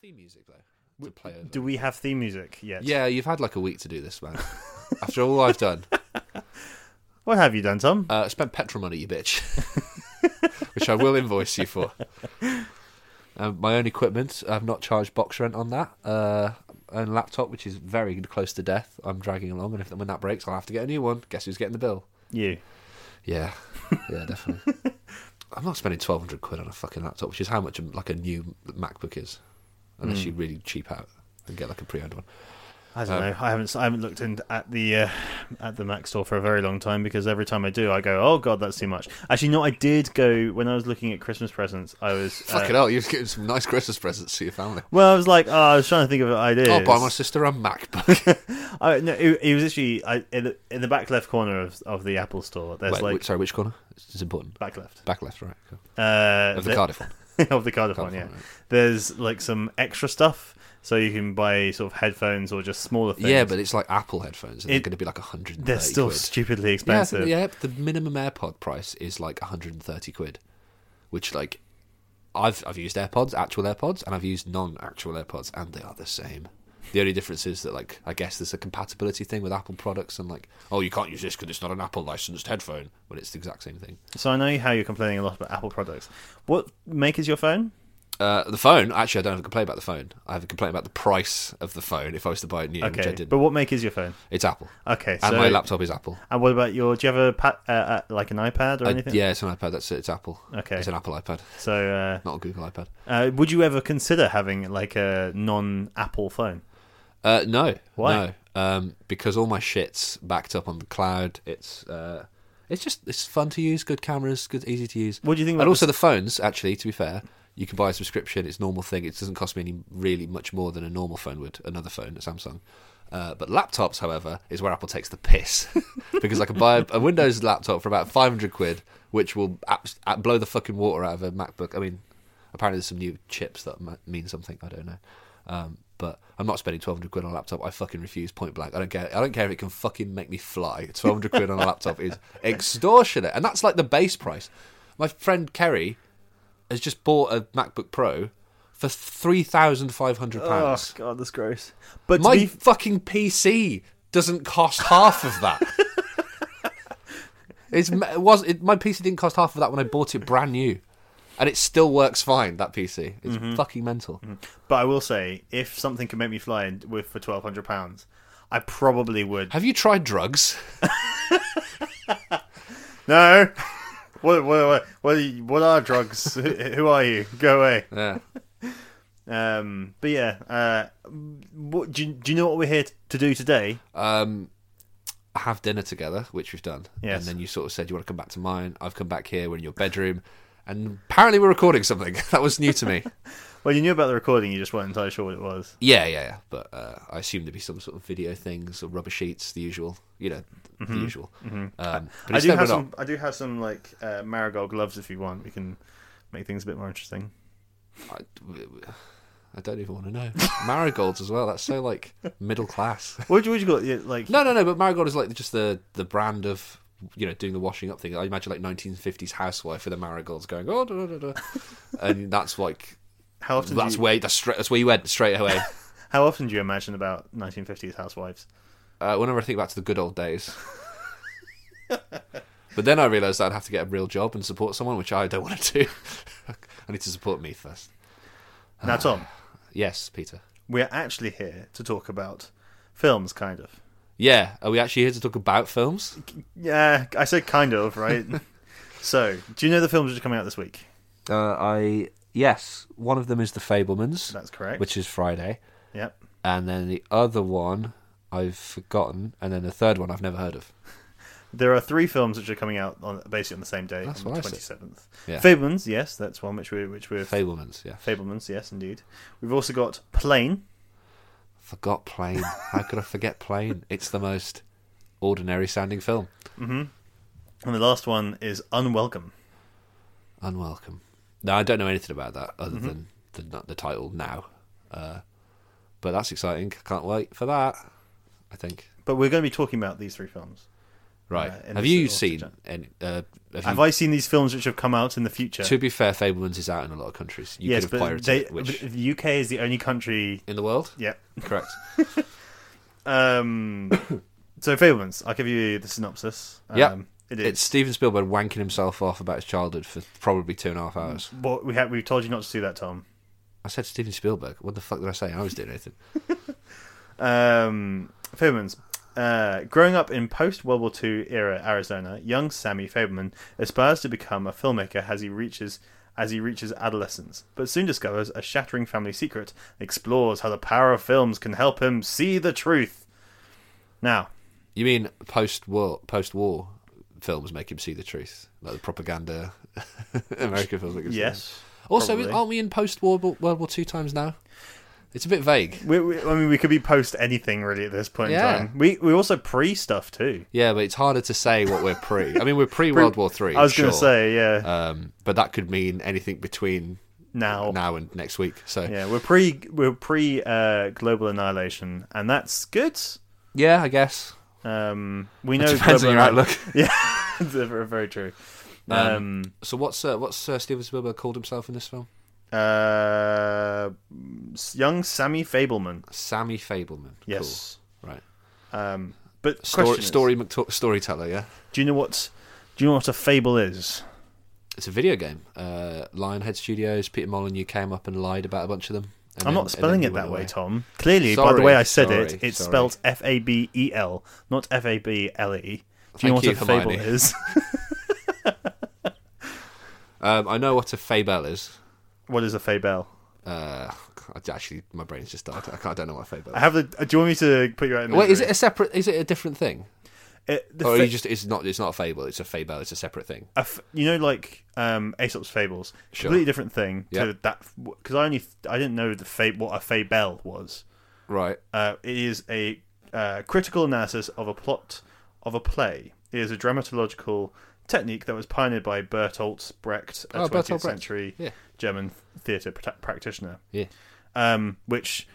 theme music though to play over. Do we have theme music yet? Yeah, you've had like a week to do this, man. After all I've done, What have you done, Tom? uh, spent petrol money, you bitch, which I will invoice you for. Um, my own equipment, I've not charged box rent on that. Uh, own laptop, which is very close to death, I'm dragging along, and if when that breaks, I'll have to get a new one. Guess who's getting the bill? you. Yeah, yeah, definitely. I'm not spending 1,200 quid on a fucking laptop, which is how much um, like a new MacBook is, Hmm. unless you really cheap out and get like a pre-owned one. I don't Um, know. I haven't I haven't looked in at the uh, at the Mac store for a very long time because every time I do, I go, "Oh God, that's too much." Actually, no. I did go when I was looking at Christmas presents. I was uh, Fucking hell, you're getting some nice Christmas presents to your family. well. I was like, "Oh, I was trying to think of ideas." I'll buy my sister a MacBook. I, no, it, it was actually I, in, the, in the back left corner of, of the Apple store. There's Wait, like which- sorry, which corner? It's it's important. back left Back left, right. cool. uh, Of the there- Cardiff one. of the Cardiff one, yeah. Cardiff one, There's like some extra stuff, so you can buy sort of headphones or just smaller things. Yeah, but it's like Apple headphones, and It- they're going to be like 130 they're still quid. stupidly yeah, expensive. yeah, the minimum AirPod price is like 130 quid, which like I've I've used AirPods, actual AirPods, and I've used non-actual AirPods, and they are the same. The only difference is that like I guess there's a compatibility thing with Apple products, and like oh you can't use this because it's not an Apple licensed headphone, but it's the exact same thing. So I know how you're complaining a lot about Apple products. What make is your phone? Uh, the phone, actually, I don't have a complaint about the phone. I have a complaint about the price of the phone if I was to buy it new, which I Okay, didn't. but what make is your phone? it's Apple, Okay, and so my laptop is Apple. and what about your? Do you have a pa- uh, uh, like an iPad or I- anything? yeah, it's an iPad. That's it. It's Apple. Okay. it's an Apple iPad, So not a Google iPad. uh, uh, would you ever consider having like a non-Apple phone? Uh, no. Why? No. Um, because all my shit's backed up on the cloud. It's uh, it's just it's fun to use. Good cameras. Good, easy to use. What do you think? And About also the phones. Actually, to be fair, you can buy a subscription. It's a normal thing. It doesn't cost me any really much more than a normal phone would. Another phone, a Samsung. Uh, but laptops, however, is where Apple takes the piss because I can buy a, a Windows laptop for about five hundred quid, which will abs- ab- blow the fucking water out of a MacBook. I mean, apparently there's some new chips that might mean something. I don't know, um, but I'm not spending 1,200 quid on a laptop. I fucking refuse, point blank. I don't care. I don't care if it can fucking make me fly. 1,200 quid on a laptop is extortionate, and that's like the base price. My friend Kerry has just bought a MacBook Pro for three thousand five hundred Oh pounds. god, that's gross. But to My be, fucking PC doesn't cost half of that. it's ma- it was it, my PC didn't cost half of that when I bought it brand new, and it still works fine. That PC, it's Mm-hmm. fucking mental. but I will say, if something could make me fly in- with for twelve hundred pounds, I probably would. Have you tried drugs? No. What, what, what, what, are you- what are drugs? who, who are you? Go away. Yeah. Um, but yeah, uh, what, do, you, do you know what we're here t- to do today? Um, have dinner together, which we've done. Yes. And then you sort of said you want to come back to mine. I've come back here. We're in your bedroom, and apparently we're recording something. that was new to me. Well, you knew about the recording, you just weren't entirely sure what it was. Yeah, yeah, yeah. But uh, I assume there'd be some sort of video things or rubber sheets, the usual. You know, the usual. Um, but Mm-hmm. I do instead we're have not. some. I do have some like uh, marigold gloves. If you want, we can make things a bit more interesting. I, I don't even want to know. Marigolds as well. That's so like middle class. What would you, what would you call it? Yeah, Like No, no, no. But marigold is like just the the brand of you know doing the washing up thing. I imagine like 1950s housewife with the marigolds going oh da, da, da, da. and that's like how often? that's do you, where that's straight that's where you went straight away. how often do you imagine about 1950s housewives? uh, whenever I think back to the good old days. but then I realised I'd have to get a real job and support someone, which I don't want to do. I need to support me first. Now, Tom, Yes, Peter. we're actually here to talk about films, kind of. Yeah, are we actually here to talk about films? Yeah, I said kind of, right? so, do you know the films which are coming out this week? Uh, I yes, one of them is The Fablemans, That's correct. which is Friday, Yep. and then the other one I've forgotten, and then the third one I've never heard of. There are three films which are coming out on basically on the same day, That's on the what I said. twenty seventh. Yeah. Fablemans, yes, that's one which we which we're Fablemans, yeah. Fablemans, yes, indeed. We've also got Plane. Forgot Plane. How could I forget Plane? It's the most ordinary sounding film. And the last one is Unwelcome. Unwelcome. No, I don't know anything about that other Mm-hmm. than the, the title now. Uh, but that's exciting. Can't wait for that. I think. But we're going to be talking about these three films. Right. Uh, in have this you little seen? project. Any, uh, have Have you, I seen these films which have come out in the future? to be fair, Fablemans is out in a lot of countries. You yes, could have but pirated they, it, which but the UK is the only country. in the world, Yeah. correct? Um, so Fablemans, I'll give you the synopsis. Um, Yeah. it It's is. Steven Spielberg wanking himself off about his childhood for probably two and a half hours. What we have, we've told you not to do that, Tom. I said Steven Spielberg. What the fuck did I say? I was doing anything. Um, Fabelmans. Uh, growing up in post World War II era Arizona, young Sammy Fabelman aspires to become a filmmaker as he reaches as he reaches adolescence, but soon discovers a shattering family secret and explores how the power of films can help him see the truth. Now, You mean post war? Post war films make him see the truth, like the propaganda American films. Like it's- yes. Also, probably. aren't we in post war World War Two times now? It's a bit vague. We, we, I mean, we could be post anything really at this point Yeah. in time. We we also pre stuff too. Yeah, but it's harder to say what we're pre. I mean, we're pre World War Three. I was sure. going to say, yeah. um, but that could mean anything between now, now and next week. So yeah, Yeah, we're pre we're pre uh, global annihilation, and that's good. I guess Um, we it know depends on global your anni- outlook. That's very, very true. Um, Um, So what's uh, what's uh, Steven Spielberg called himself in this film? uh, s- young Sammy Fableman. Sammy Fableman. Yes. Cool. Right. Um, but Story, question is, story McTo- storyteller. Yeah. Do you know what? Do you know what a fable is? It's a video game. Uh, Lionhead Studios. Peter Molyneux came up and lied about a bunch of them. and I'm then- not and spelling then it they that went way, away. Tom. Clearly, by the Sorry, way I said it, sorry, it's sorry. spelled F A B E L, not F A B L E. Do you know Thank what you, a fable Hermione. is? Um, I know what a fable is. what is a fable? Uh, I- actually, my brain's just died. I, can't, I don't know what a fable. I Is. have the. uh, Do you want me to put you out? in Wait, is misery? it a separate? Is it a different thing? It- the or fa- you just it's not it's not a fable it's a fable it's a separate thing a f- you know like um aesop's fables Sure. completely different thing Yeah. to that because i only i didn't know the fa- what a fable was right uh, it is a uh, critical analysis of a plot of a play it is a dramatological technique that was pioneered by bertolt brecht a Oh, 20th Bertolt Brecht. century Yeah. german theatre prac- practitioner yeah um, which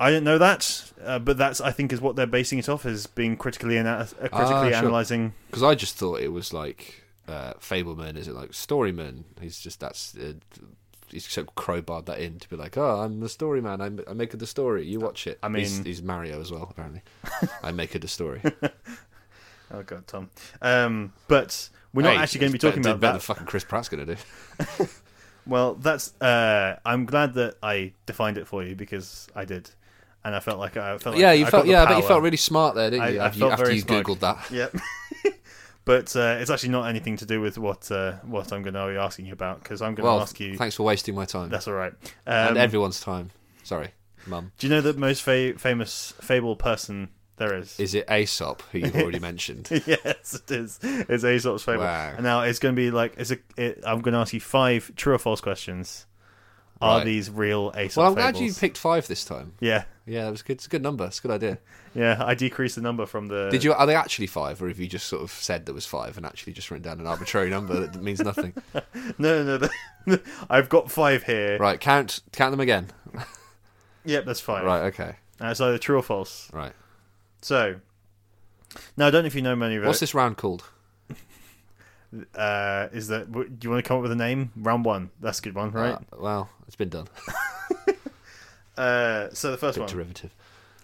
I didn't know that, uh, but that's I think is what they're basing it off is being critically ana- uh, critically Ah, sure. analyzing. because i just thought it was like uh fableman is it like storyman he's just that's uh, he's sort of crowbarred that in to be like oh i'm the story man I'm, i make it the story you watch it I he's, mean- he's mario as well apparently i make it the story Oh god, Tom. Um, but we're not Hey, actually going to be it's talking better, about better that. than fucking chris pratt's gonna do Well, that's. Uh, I'm glad that I defined it for you because I did, and I felt like I felt. Like yeah you I felt got the yeah but you power. felt really smart there didn't I- you I after, you, felt after very you smart. googled that Yep. but uh, it's actually not anything to do with what uh, what I'm going to be asking you about because I'm going to well ask you. thanks for wasting my time That's all right. and Um, everyone's time sorry mum do you know the most fa- famous fable person there is? is it aesop who you've already mentioned yes, it is. It's Aesop's fable. Wow. And now it's going to be like it's a. It, I'm going to ask you five true or false questions. Are Right. these real Aesop? Well, I'm glad you fables? picked five this time. Yeah, Yeah, that was good. It's a good number. It's a good idea. yeah. I decreased the number from the. Did you? Are they actually five, or have you just sort of said there was five and actually just written down an arbitrary number that means nothing? No, no, no. no. I've got five here. Right, count count them again. Yep, that's fine. Right, okay, Uh, it's either true or false. right. So, now I don't know if you know many of What's it. this round called? Uh, is that w- do you want to come up with a name? Round one. That's a good one, right? Uh, well, it's been done. Uh, Ah. so the first Bit one derivative.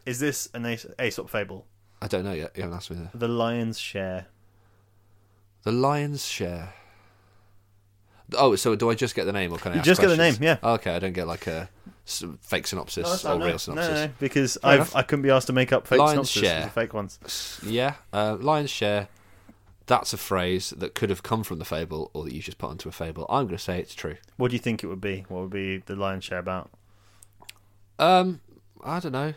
is this an Aes- Aesop fable? I don't know yet. You haven't asked me that. The lion's share. The lion's share. Oh, so do I just get the name, or can I? You ask just get the questions? name, yeah. Oh, okay, I don't get like a s- fake synopsis or eh? real synopsis. no, no, because Fair I've, enough. I couldn't be asked to make up fake Lion's synopses share. for fake ones. Yeah, uh, lion's share. That's a phrase that could have come from the fable, or that you just put onto a fable. I'm going to say it's true. What do you think it would be? What would be the lion's share about? Um, I don't know.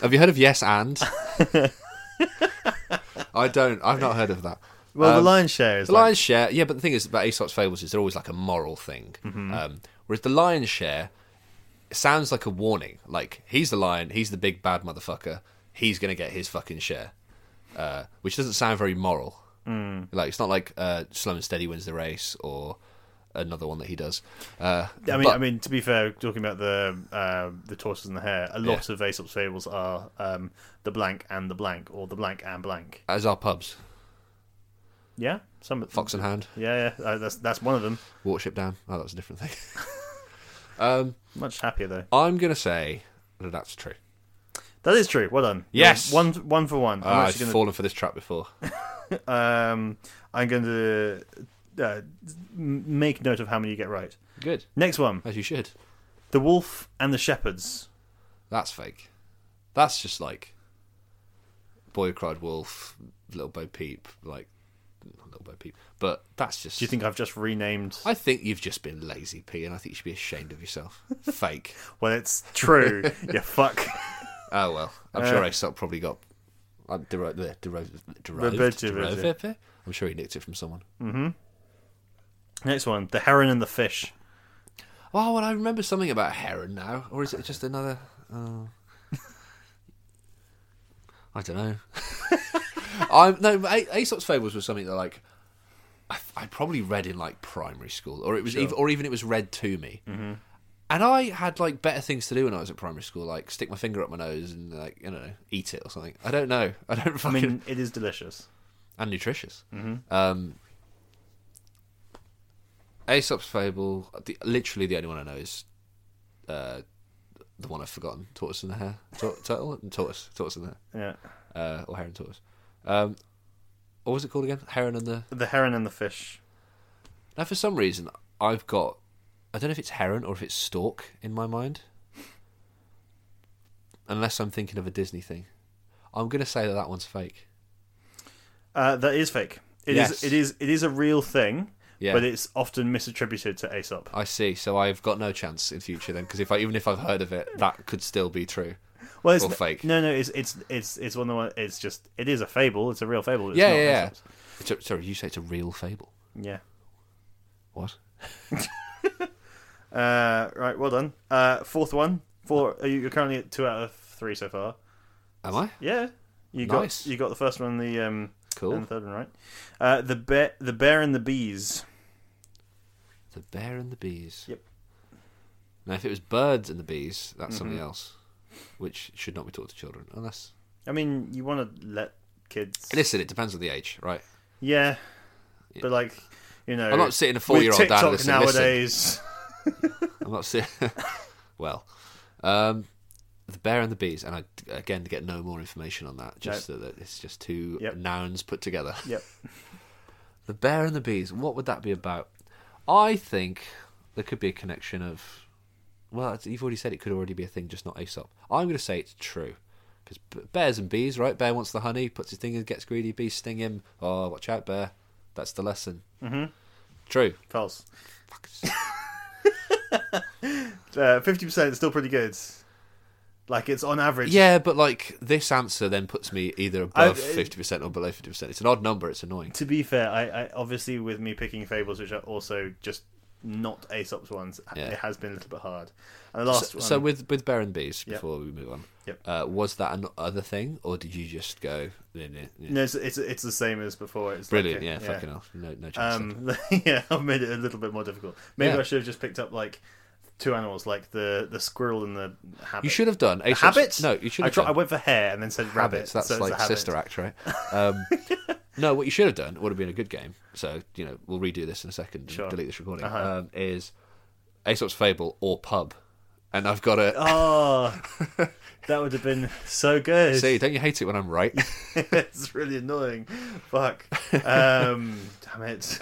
have you heard of yes and? I don't. I've not heard of that. Well, the Um, lion's share is The like, lion's share, yeah, but the thing is about Aesop's fables is they're always like a moral thing. Mm-hmm. Um, whereas the lion's share sounds like a warning, like he's the lion, he's the big bad motherfucker, he's gonna get his fucking share, uh, Mm. which doesn't sound very moral. Like it's not like uh, slow and steady wins the race or another one that he does. Uh, I mean, but- I mean, to be fair, talking about the uh, the tortoise and the hare, a lot of Aesop's fables are um, the blank and the blank, or the blank and blank. as are pubs. Yeah, some Fox in hand, Yeah, yeah, uh, that's that's one of them. Warship down. Oh, that's a different thing. um, Much happier though. I'm gonna say that that's true. That is true. Well done. Yes. You're one one for one. Ah, I'm I've actually gonna, fallen for this trap before. um, I'm going to uh, m- make note of how many you get right. Good, Next one: as you should. the wolf and the shepherds. That's fake. That's just like boy who cried wolf, little bo peep, like not little bo peep. But that's just. Do you think I've just renamed? I think you've just been lazy, P, and I think you should be ashamed of yourself. fake. Well, it's true. you fuck. Oh well, I'm sure Aesop probably got uh, derived, derived, derived, derived, Derivative, is it? derived? I'm sure he nicked it from someone. Next one: the heron and the fish. Oh well, I remember something about heron now, or is it just another? Oh. I don't know. I'm no A- Aesop's Fables was something that like I, I probably read in like primary school, or it was, even, or even it was read to me. Mm-hmm. And I had like better things to do when I was at primary school, like stick my finger up my nose and like you know eat it or something. I don't know. I don't I fucking mean, it is delicious. and nutritious. Um, Aesop's Fable, the, literally the only one I know is uh, the one I've forgotten: Tortoise and the Hare, Tur- Turtle and Tortoise, Tortoise and the Yeah. Hare, uh, or Hare and Tortoise. Um, what was it called again? Heron and the. The heron and the fish. Now, for some reason, I've got. I don't know if it's heron or if it's stork in my mind. Unless I'm thinking of a Disney thing, I'm gonna say that that one's fake. Uh, that is fake. It is. Yes. It is. It is a real thing. Yeah. But it's often misattributed to Aesop. I see. So I've got no chance in future then, because if I even if I've heard of it, that could still be true. Well, it's or fake. No, no, it's it's it's it's one of the one. It's just it is a fable. It's a real fable. It's yeah, not yeah, yeah. Aesop's. It's a, sorry, you say it's a real fable. yeah. What? Uh, right, well done. Uh, fourth one. Four. Are you, you're currently at two out of three so far. Am I? Yeah, you Nice. got you got the first one, and the um, Cool. and the third one right. Uh, the bear, the bear and the bees. The bear and the bees. Yep. Mm-hmm. Now, if it was birds and the bees, that's something else, which should not be taught to children, unless. I mean, you want to let kids. Listen, it depends on the age, right? Yeah, but like you know, I'm not sitting a with four-year-old down TikTok and listening. Listen, nowadays. I'm not saying. well, um, the bear and the bees, and I again get no more information on that. Just that it's just two Yep. nouns put together. Yep. The Bear and the Bees. What would that be about? I think there could be a connection of. Well, it's- you've already said it could already be a thing, just not Aesop. I'm going to say it's true. Because bears and bees, right? Bear wants the honey, puts his thing in, gets greedy, bees sting him. Oh, watch out, bear. That's the lesson. Mm-hmm. True. False. Uh, Fifty percent is still pretty good. Like it's on average. Yeah, but like this answer then puts me either above I- fifty percent or below fifty percent. It's an odd number. It's annoying. To be fair, I, I obviously with me picking fables, which are also just not Aesop's ones, Yeah. it has been a little bit hard. And the last So, one, so with with bear and bees, Yep. before we move on, Yep. uh, was that an other thing, or did you just go? "Nah, nah, nah." no, it's, it's it's the same as before. It's Brilliant, like a- yeah, fucking off. No, no chance. then. Um, yeah, I've made it a little bit more difficult. Maybe Yeah. I should have just picked up like two animals, like the the squirrel and the habit. you should have done The Aesop's- habit. No, you should I, have try, I done went for hair and then said rabbit. That's so it's a like habit. sister act, right? Um, no, what you should have done would have been a good game. So you know, we'll redo this in a second. and Sure. Delete this recording. Uh-huh. Um, is Aesop's Fable or Pub? And I've got a. Oh, that would have been so good. See, don't you hate it when I'm right? it's really annoying. Fuck. Um, damn it.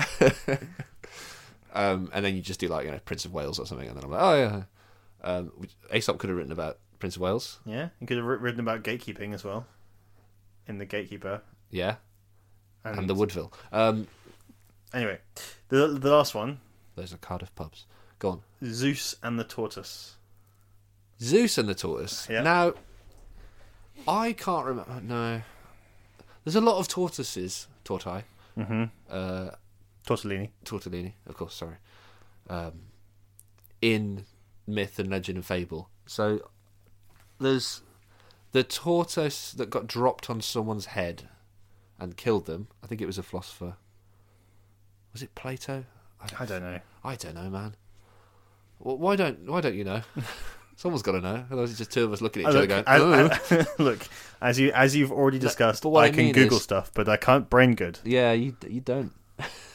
um, and then you just do like you know Prince of Wales or something, and then I'm like, oh yeah. Um, which- Aesop could have written about Prince of Wales. Yeah, you could have writ- written about gatekeeping as well. In the gatekeeper. Yeah, And, and the Woodville. Um, anyway, the the last one, those are Cardiff pubs. Go on. Zeus and the tortoise. Zeus and the tortoise. Yeah. Now, I can't remember. No, there's a lot of tortoises. Tortai, Mm-hmm. uh, Tortellini. tortellini, of course. Sorry, um, in myth and legend and fable. So there's the tortoise that got dropped on someone's head and killed them. I think it was a philosopher. Was it Plato? I don't know. I don't know, man. Well, why don't Why don't you know? Someone's got to know. Otherwise, it's just two of us looking at each look, other I- going, "Ugh." I- look, as you as you've already discussed, but what I, I can mean Google is- stuff, but I can't brain good. Yeah, you you don't.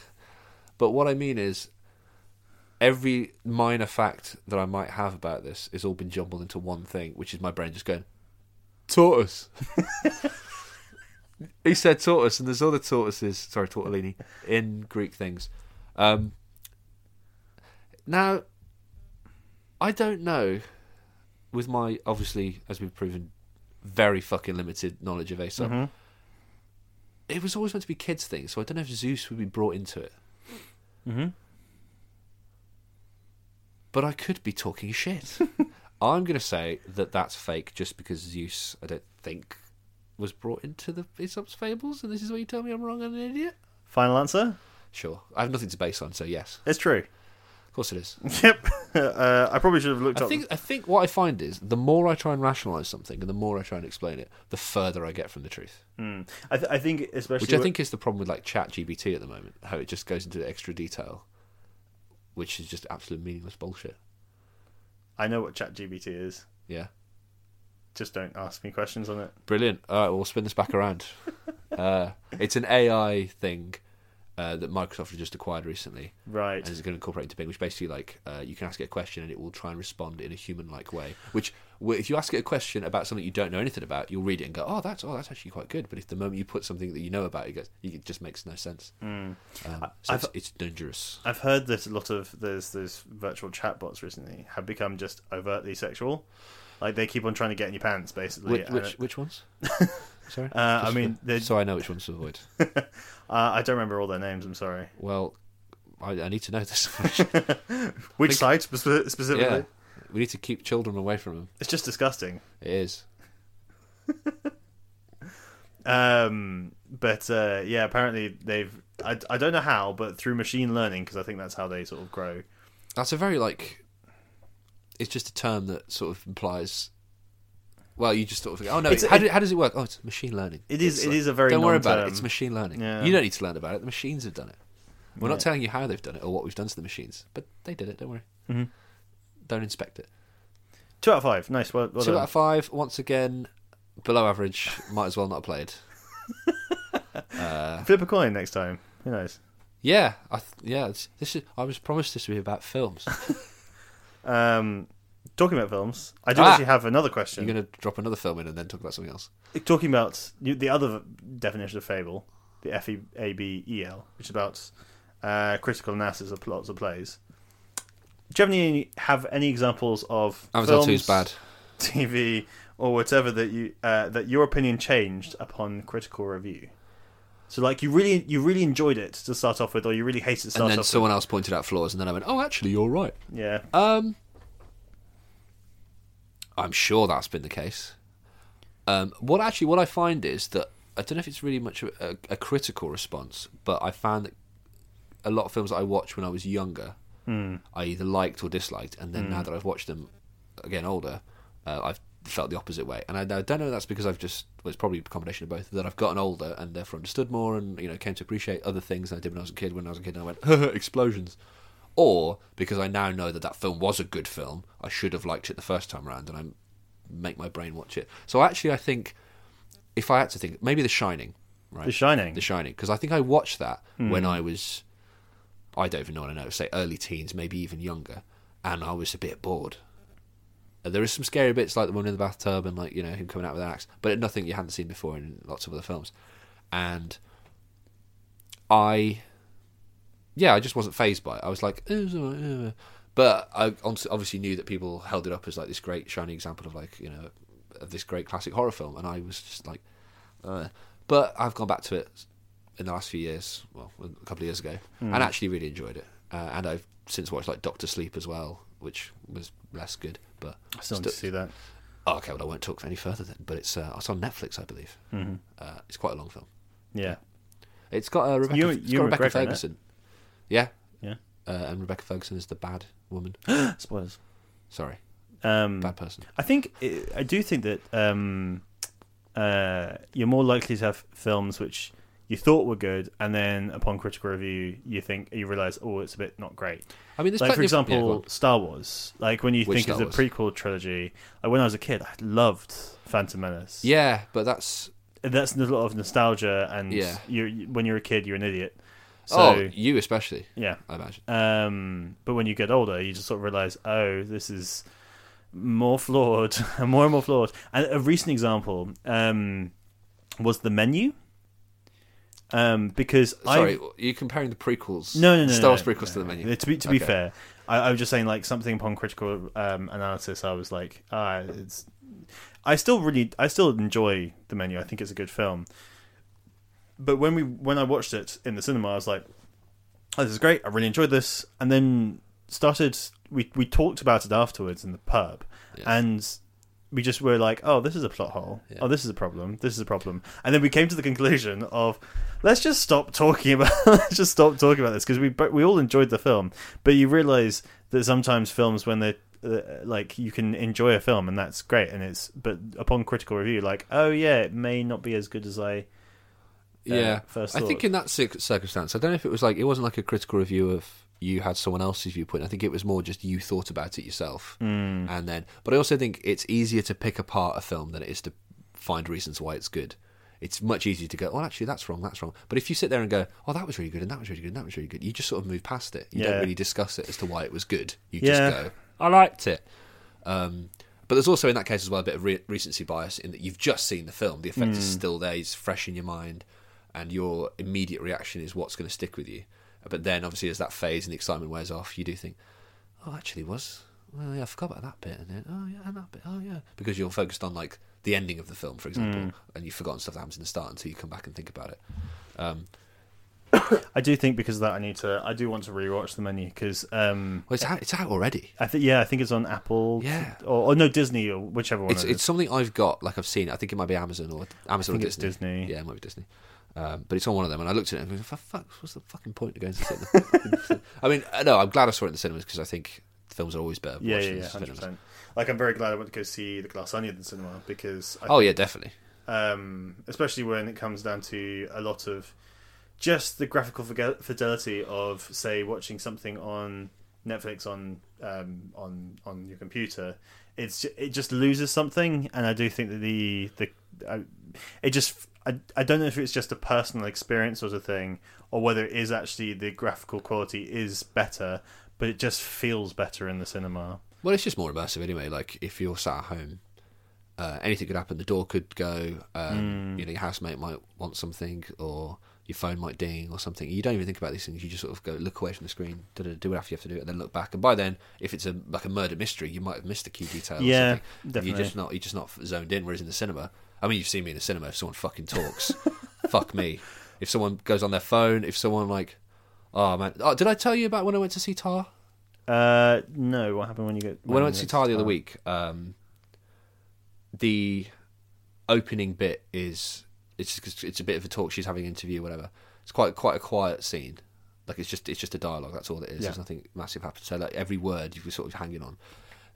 but what I mean is, every minor fact that I might have about this is all been jumbled into one thing, which is my brain just going, tortoise. he said tortoise, and there's other tortoises. Sorry, tortellini in Greek things. Um, now, I don't know. With my obviously, as we've proven, very fucking limited knowledge of Aesop it was always meant to be kids' thing, so I don't know if Zeus would be brought into it. Mhm. But I could be talking shit. I'm going to say that that's fake, just because Zeus, I don't think, was brought into the Aesop's fables, and this is where you tell me I'm wrong and an idiot. Final answer: Sure, I have nothing to base on, so yes, It's true. of course it is. Yep. uh, I probably should have looked I up. think I think what I find is the more I try and rationalise something, and the more I try and explain it, the further I get from the truth. Hmm. I, th- I think especially which I wh- think is the problem with like Chat GBT at the moment, how it just goes into extra detail, which is just absolute meaningless bullshit. I know what ChatGPT is. Yeah, Just don't ask me questions on it. brilliant. All right, well, we'll spin this back around. uh, it's an AI thing uh, that Microsoft have just acquired recently, Right. and is going to incorporate into Bing, which basically like uh, you can ask it a question and it will try and respond in a human-like way. Which w- if you ask it a question about something you don't know anything about, you'll read it and go, "Oh, that's oh, that's actually quite good." But if the moment you put something that you know about, it goes, it just makes no sense. Um, so it's, it's dangerous. I've heard that a lot of those those virtual chatbots recently have become just overtly sexual. Like they keep on trying to get in your pants, basically. Which, and which, it- which ones? Sorry. Uh, I Just- mean, they're- so I know which ones to avoid. uh, I don't remember all their names. I'm sorry. Well, I, I need to know this. Which Think- site spe- specifically? yeah, we need to keep children away from them. It's just disgusting. It is. Um, but uh, yeah, apparently they've. I, I don't know how, but through machine learning, because I think that's how they sort of grow. That's a very like. It's just a term that sort of implies. Well, you just sort of oh no, It's- how, do, how does it work? Oh, it's machine learning. It is- It's it is a very Don't worry about it. non-term- It's machine learning. Yeah. You don't need to learn about it. The machines have done it. We're Yeah. not telling you how they've done it or what we've done to the machines, but they did it. Don't worry. Mhm. Don't inspect it. Two out of five. Nice. Well, well Two done. out of five. Once again, below average. Might as well not have played. uh, Flip a coin next time. Who knows? yeah, I th- yeah. It's, this is. I was promised this would be about films. Um, talking about films, I do Ah! actually have another question. You're going to drop another film in and then talk about something else. talking about you- the other definition of fable, the F E A B E L, which is about uh, critical analysis of plots of plays. Do you have any, have any examples of Avatar films, 2 is bad. TV, or whatever that you uh, that your opinion changed upon critical review? So, like, you really you really enjoyed it to start off with, or you really hated it to And start then off someone else pointed out flaws, and then I went, "Oh, actually, you're right." with. Yeah, Um, I'm sure that's been the case. Um, what actually, what I find is that I don't know if it's really much of a, a critical response, but I found that a lot of films that I watched when I was younger, I either liked or disliked, and then now that I've watched them again older, uh, I've felt the opposite way. And I, I don't know if that's because I've just well, it's probably a combination of both that I've gotten older and therefore understood more, and you know came to appreciate other things than I did when I was a kid. When I was a kid, and I went explosions, or because I now know that that film was a good film, I should have liked it the first time round, and I make my brain watch it. So actually, I think if I had to think, maybe The Shining, right? The Shining. The Shining, because I think I watched that when I was, I don't even know when I know, say early teens, maybe even younger, and I was a bit bored. Uh, There is some scary bits like the woman in the bathtub and like you know him coming out with an axe, but nothing you hadn't seen before in lots of other films. And I, yeah, I just wasn't phased by it. I was like, "Eh, it's all right, eh, eh." but I obvi- obviously knew that people held it up as like this great shining example of like you know of this great classic horror film, and I was just like, uh. but I've gone back to it in the last few years, well, a couple of years ago, and actually really enjoyed it. Uh, and I've since watched like Doctor Sleep as well, which was less good, but I still need to see that. Oh, okay, well, I won't talk any further then. But it's uh, it's on Netflix, I believe. Uh, it's quite a long film. Yeah, It's got uh, Rebecca, You- it's you got were Rebecca McGregor in it. Ferguson. Yeah, yeah. uh, and Rebecca Ferguson is the bad woman. Spoilers. Sorry, Um, bad person. I think I do think that um, uh, you're more likely to have films which you thought were good, and then upon critical review, you think you realize, oh, it's a bit not great. I mean, there's like for plenty of- yeah, go example, on. Star Wars. Like when you Which think of the Star prequel trilogy, like when I was a kid, I loved Phantom Menace. yeah, but that's that's a lot of nostalgia, and Yeah. you you- when you're a kid, you're an idiot. So oh you especially, yeah, I imagine. um, but when you get older, you just sort of realize, oh, this is more flawed and more and more flawed. And a recent example um, was the menu, um, because Sorry, I you're comparing the prequels, no no no Star Wars no, prequels to the no. menu. To be to be Okay. fair, I, I was just saying like something upon critical um, analysis. I was like, ah, it's. I still really, I still enjoy the menu. I think it's a good film. But when we when I watched it in the cinema, I was like, oh, this is great. I really enjoyed this. And then started we we talked about it afterwards in the pub, Yeah. and we just were like, oh, this is a plot hole. Yeah. Oh, this is a problem. This is a problem. And then we came to the conclusion of let's just stop talking about let's just stop talking about this because we but we all enjoyed the film, but you realize that sometimes films when they're uh, like you can enjoy a film and that's great and it's but upon critical review like oh yeah it may not be as good as i yeah, first I think thought. in that cir- circumstance, I don't know if it was like it wasn't like a critical review of you had someone else's viewpoint. I think it was more just you thought about it yourself, mm. and then. But I also think it's easier to pick apart a film than it is to find reasons why it's good. It's much easier to go, well, actually, that's wrong, that's wrong. But if you sit there and go, oh, that was really good, and that was really good, and that was really good, you just sort of move past it. You Yeah. don't really discuss it as to why it was good. You Yeah. just go, I liked it. Um, but there's also in that case as well a bit of re- recency bias in that you've just seen the film, the effect Hmm. is still there, it's fresh in your mind, and your immediate reaction is what's going to stick with you. But then obviously as that phase and the excitement wears off, you do think, oh, actually was well, yeah, I forgot about that bit, and then oh yeah, and that bit, oh yeah, because you're focused on like the ending of the film, for example, Hmm. and you've forgotten stuff that happens in the start until you come back and think about it. Um, i do think because of that i need to i do want to rewatch the menu because um well, it's out, it's out already. I think yeah, I think it's on Apple. Yeah. or, or no Disney or whichever one. It's, it is. it's something I've got. Like I've seen. it. I think it might be Amazon or Amazon think or it's Disney. Disney. Yeah, it might be Disney. Um, but it's on one of them, and I looked at it and I was like, "Fuck, what's the fucking point of going to the cinema?" I mean, uh, no, I'm glad I saw it in the cinemas because I think films are always better. yeah, watching yeah, in yeah, the hundred cinemas. percent. Like I'm very glad I went to go see The Glass Onion in the cinema because, I, Oh yeah, definitely. um, especially when it comes down to a lot of just the graphical fide- fidelity of say watching something on Netflix on um, on on your computer. It's ju- it just loses something, and I do think that the the I, it just I, I don't know if it's just a personal experience sort of thing, or whether it is actually the graphical quality is better, but it just feels better in the cinema. Well, it's just more immersive anyway. Like if you're sat at home, uh, anything could happen. The door could go. Hmm. Um, You know, your housemate might want something, or your phone might ding, or something. You don't even think about these things. You just sort of go look away from the screen, da-da, do whatever you have to do, and then look back. And by then, if it's a like a murder mystery, you might have missed a key detail. Yeah, or something. And You're definitely. just not you're just not zoned in. Whereas in the cinema, I mean, you've seen me in the cinema. If someone fucking talks, fuck me. If someone goes on their phone, if someone like, oh man, oh, did I tell you about when I went to see Tar? Uh, no, what happened when you get when I went to see you get Tar the other week, um, the opening bit is it's just- it's a bit of a talk. She's having an interview, whatever. It's quite quite a quiet scene. Like it's just it's just a dialogue. That's all it is. Yeah. There's nothing massive happens. So like every word you're sort of hanging on,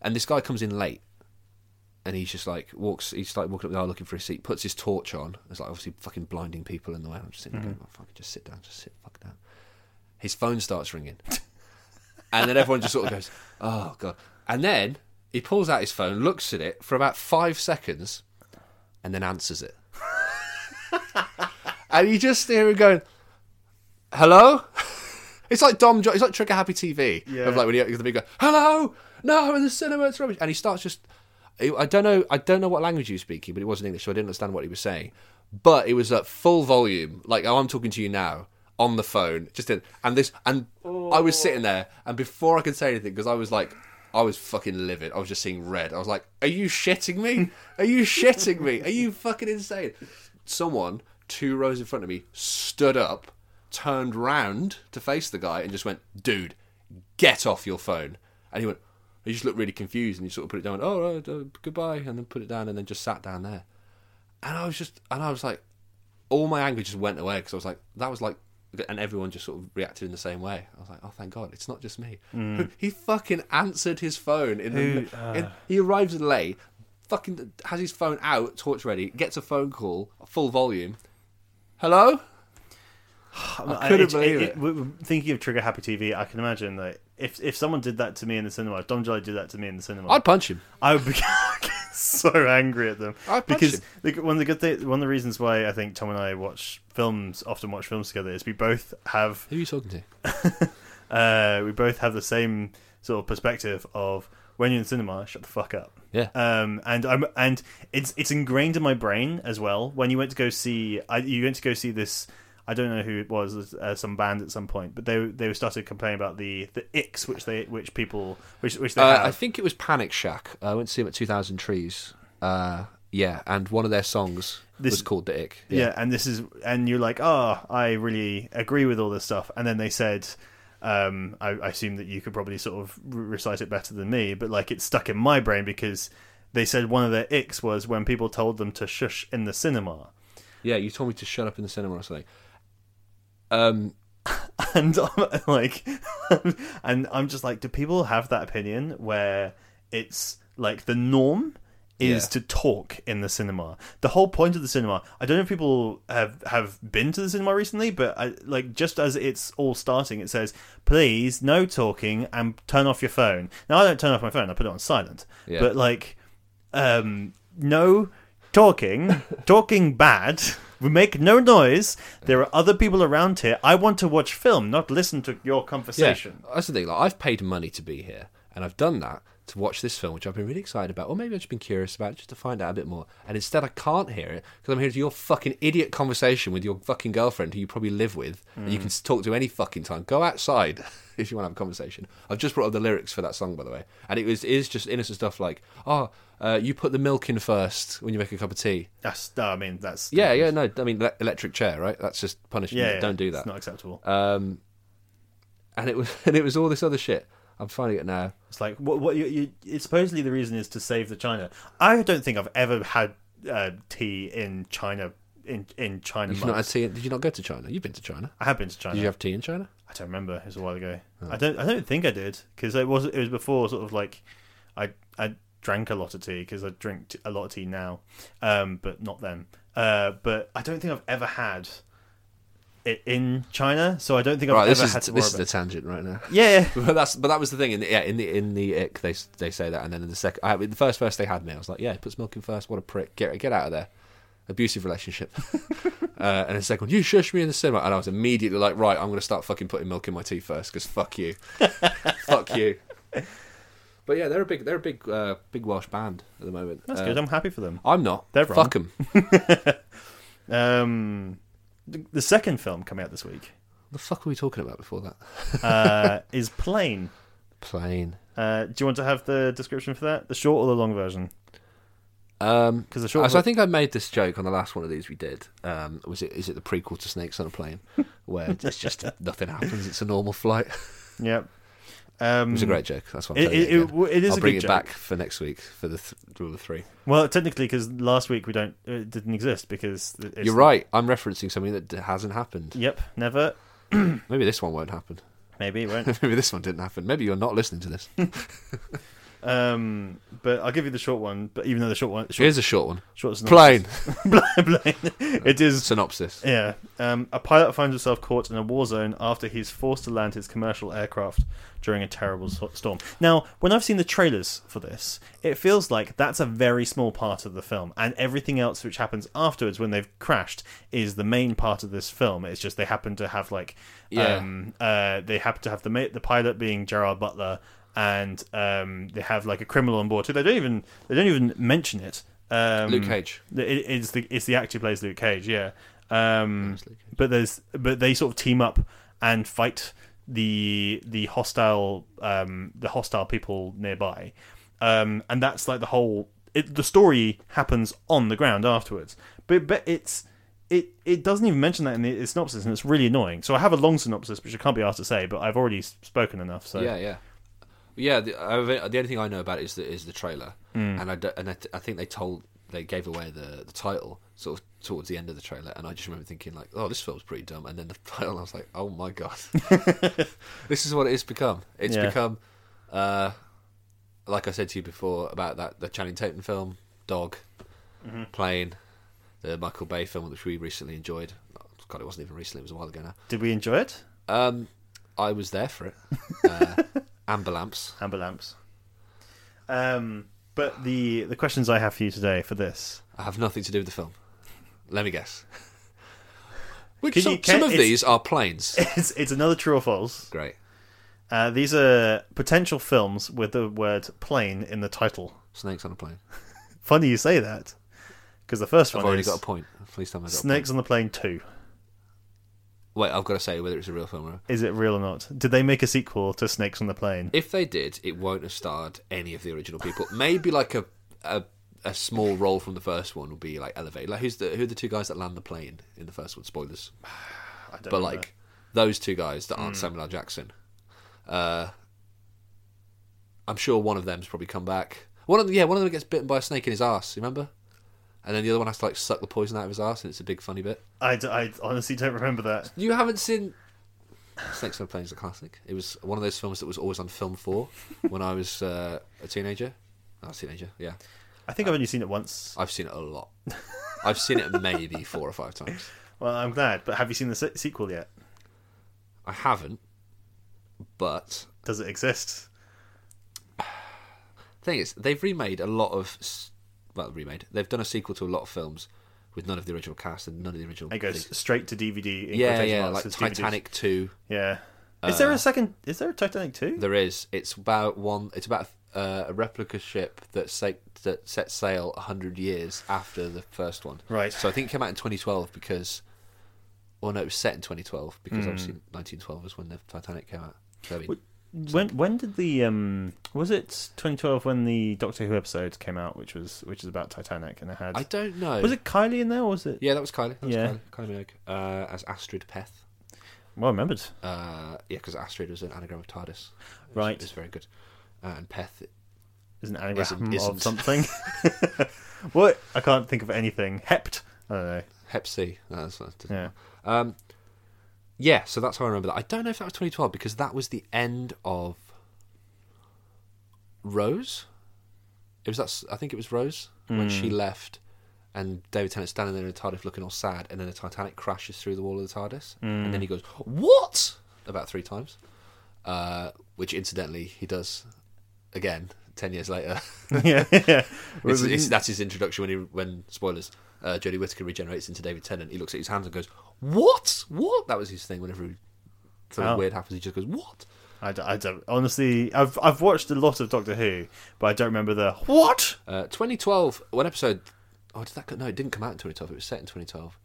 and this guy comes in late, and he's just like walks. He's like walking up the aisle looking for a seat. Puts his torch on. It's like obviously fucking blinding people in the way. and I'm just sitting there going, oh, fucking just sit down, just sit the fuck down. His phone starts ringing. And then everyone just sort of goes, oh, God. And then he pulls out his phone, looks at it for about five seconds, and then answers it. and you just hear him going, hello? It's like Dom, jo- it's like Trigger Happy TV. Yeah. Of like when he opens the big go, hello? No, in the cinema, it's rubbish. And he starts just, I don't know, I don't know what language he was speaking, but it wasn't English, so I didn't understand what he was saying. But it was at full volume, like, oh, I'm talking to you now on the phone, just in, and this, and I was sitting there, and before I could say anything, because I was like, I was fucking livid. I was just seeing red. I was like, "Are you shitting me? Are you shitting me? Are you fucking insane?" Someone two rows in front of me stood up, turned round to face the guy, and just went, "Dude, get off your phone." And he went, he just looked really confused, and he sort of put it down. Oh, right, uh, goodbye, and then put it down, and then just sat down there. And I was just, and I was like, all my anger just went away because I was like, that was like, and everyone just sort of reacted in the same way. I was like, oh, thank God, it's not just me. He fucking answered his phone in the. in, he arrives late, fucking has his phone out, torch ready, gets a phone call, full volume. Hello? I couldn't believe it. w- w- Thinking of Trigger Happy TV, I can imagine that if if someone did that to me in the cinema, if Dom Jolly did that to me in the cinema, I'd punch him. I would be so angry at them I'd punch because him. the, one of the good thing, one of the reasons why I think Tom and I watch films often watch films together is we both have Who are you talking to? uh, we both have the same sort of perspective of when you're in cinema, shut the fuck up. Yeah. Um, and I'm and it's it's ingrained in my brain as well. When you went to go see, I, you went to go see this. I don't know who it was, uh, some band at some point, but they they started complaining about the the icks which they which people which which they Uh, have. I think it was Panic Shack. I went to see him at 2000 Trees. Uh, yeah, and one of their songs This- was called Dick. yeah. and this is and you're like oh i really agree with all this stuff and then they said um i, I assume that you could probably sort of re- recite it better than me but like it's stuck in my brain because they said one of their icks was when people told them to shush in the cinema Yeah, you told me to shut up in the cinema or something. Um, and I'm like and i'm just like do people have that opinion where it's like the norm is Yeah. to talk in the cinema the whole point of the cinema i don't know if people have have been to the cinema recently but I, like just as it's all starting it says please no talking and turn off your phone now i don't turn off my phone i put it on silent Yeah. but like um no talking talking bad we make no noise there are other people around here i want to watch film not listen to your yeah, conversation that's the thing. Like, I've paid money to be here, and I've done that to watch this film, which I've been really excited about, or maybe I've just been curious about, just to find out a bit more. And instead, I can't hear it because I'm hearing your fucking idiot conversation with your fucking girlfriend, who you probably live with, and you can s- talk to any fucking time. Go outside if you want to have a conversation. I've just brought up the lyrics for that song, by the way, and it was it is just innocent stuff like, oh, uh, you put the milk in first when you make a cup of tea. that's i mean that's Yeah, yeah, no, I mean le- electric chair, right? That's just punishment. yeah, yeah, Don't do that it's not acceptable um, and it was and it was all this other shit. I'm finding it now. it's like what, what you, you it's supposedly the reason is to save the china i don't think i've ever had uh, tea in china in in china You've not had mugs. tea. Did you not go to China? You've been to China. i have been to china Did you have tea in China? I don't remember. It was a while ago. Oh. I don't. I don't think I did because it was. It was before sort of like I I drank a lot of tea because I drink t- a lot of tea now, um, but not then. Uh, but I don't think I've ever had it in China, so I don't think I've Right. This ever is had to this is worry the tangent right now. about. Yeah, yeah. But that's but that was the thing in the yeah in the in the ick they s- they say that and then in the second I, the first verse they had me I was like yeah he puts milk in first what a prick get get out of there abusive relationship uh, and the second one you shush me in the cinema and I was immediately like right I'm gonna start fucking putting milk in my tea first because fuck you fuck you but yeah they're a big they're a big uh, big Welsh band at the moment That's Uh, good. I'm happy for them. I'm not. They're wrong. Fuck them. Um, the, the second film coming out this week the fuck were we talking about before that? uh, is Plane. Plane. Uh, do you want to have the description for that? The short or the long version? Um, Because the so short. I think I made this joke on the last one of these we did. Um, was it? Is it the prequel to Snakes on a Plane, where it's just nothing happens? It's a normal flight. It Yep. Um, was a great joke. That's why I'm It, telling it, you it, again. it is I'll a bring good it joke. back for next week for the th- rule of three. Well, technically, because last week we don't it didn't exist because it's, You're right. I'm referencing something that d- hasn't happened. Yep, never. Mm. Maybe this one won't happen. Maybe it won't. Maybe this one didn't happen. Maybe you're not listening to this. um, but I'll give you the short one. But even though the short one, short, Here's a short one. short's not Plane plain, it is. synopsis. Yeah. Um, a pilot finds himself caught in a war zone after he's forced to land his commercial aircraft during a terrible so- storm. Now, when I've seen the trailers for this, it feels like that's a very small part of the film, and everything else which happens afterwards when they've crashed is the main part of this film. It's just they happen to have like, Yeah. um, uh, they happen to have the ma- the pilot being Gerard Butler, and um, they have like a criminal on board too. They don't even they don't even mention it. Um, Luke Cage. the- It, it's the it's the actor who plays Luke Cage, yeah. Um, Luke Cage. but there's but they sort of team up and fight the the hostile um, the hostile people nearby, um, and that's like the whole. It, the story happens on the ground afterwards, but but it's it it doesn't even mention that in the synopsis, and it's really annoying. So I have a long synopsis, which I can't be asked to say, but I've already s- spoken enough. So Yeah, yeah, yeah. The, I, the only thing I know about is the is the trailer, Mm. and I do- and I, th- I think they told they gave away the, the title sort of towards the end of the trailer, and I just remember thinking like, oh, this film's pretty dumb, and then the title, I was like, oh my god, this is what it has become. It's Yeah. become, uh, like I said to you before about that the Channing Tatum film, Mm-hmm. Dog, Plane, the Michael Bay film which we recently enjoyed. God, it wasn't even recently. It was a while ago now. Did we enjoy it? Um, I was there for it. Uh, amber lamps. Amber lamps. Um, but the the questions I have for you today for this, I have nothing to do with the film. Let me guess. Which Can some, you- can- some of it's- these are planes. it's it's another true or false. Great. Uh, these are potential films with the word plane in the title. Snakes on a plane. Funny you say that, because the first I've one already is got a point. Please tell me. I got a Snakes on the Plane Two. point. Wait, I've got to say whether it's a real film or not. Is it real or not? Did they make a sequel to Snakes on the Plane? If they did, it won't have starred any of the original people. Maybe like a a, a small role from the first one would be like elevated. Like who's the who are the two guys that land the plane in the first one? Spoilers. I don't but remember. like those two guys that aren't Samuel L. Jackson, uh, I'm sure one of them's probably come back. One of them, yeah, one of them gets bitten by a snake in his ass. you Remember? And then the other one has to like suck the poison out of his ass, and it's a big funny bit. I, d- I honestly don't remember that. You haven't seen Snakes on a Plane is a classic. It was one of those films that was always on film four when I was uh, a teenager. Not a teenager, yeah. I think I've only seen it once. I've seen it a lot. I've seen it maybe four or five times. Well, I'm glad. But have you seen the se- sequel yet? I haven't, but Does it exist? thing is, they've remade a lot of, s- well, remade. They've done a sequel to a lot of films with none of the original cast and none of the original. It goes things. straight to DVD. In Yeah, quotation yeah, marks, like it's DVDs. Titanic uh, two. Yeah. Is there a second? Is there a Titanic two? There is. It's about one. It's about uh, a replica ship that sa- that set sail hundred years after the first one. Right. So I think it came out in 2012 because, or no, it was set in 2012 because Hmm. obviously 1912 was when the Titanic came out. So I mean, When when did the um was it 2012 when the Doctor Who episode came out, which was which is about Titanic, and it had I don't know. was it Kylie in there or was it Yeah, that was Kylie. That was Yeah. Kylie, Kylie Minogue uh, as Astrid Peth. well remembered? Uh, yeah, because Astrid was an anagram of TARDIS. which Right. is very good. Uh, and Peth, Is an anagram Isn't- of isn't. something? what I can't think of anything. Hept. I don't know. Hep C. No, that's, that's, Yeah. Um, yeah, so that's how I remember that. I don't know if that was 2012 because that was the end of Rose. It was that. s- I think it was Rose when Mm. she left, and David Tennant standing there in a TARDIS looking all sad, and then the Titanic crashes through the wall of the TARDIS, and Mm. then he goes "What?" about three times, uh, which incidentally he does again ten years later. yeah, yeah. It's, it's, that's his introduction when he when spoilers. Uh, Jodie Whittaker regenerates into David Tennant. He looks at his hands and goes, "What? What?" That was his thing. Whenever he- something Oh. weird happens, he just goes, "What?" I, d- I don't honestly. I've I've watched a lot of Doctor Who, but I don't remember the what. Uh, 2012, one episode. Oh, did that? co- No, it didn't come out in 2012. It was set in 2012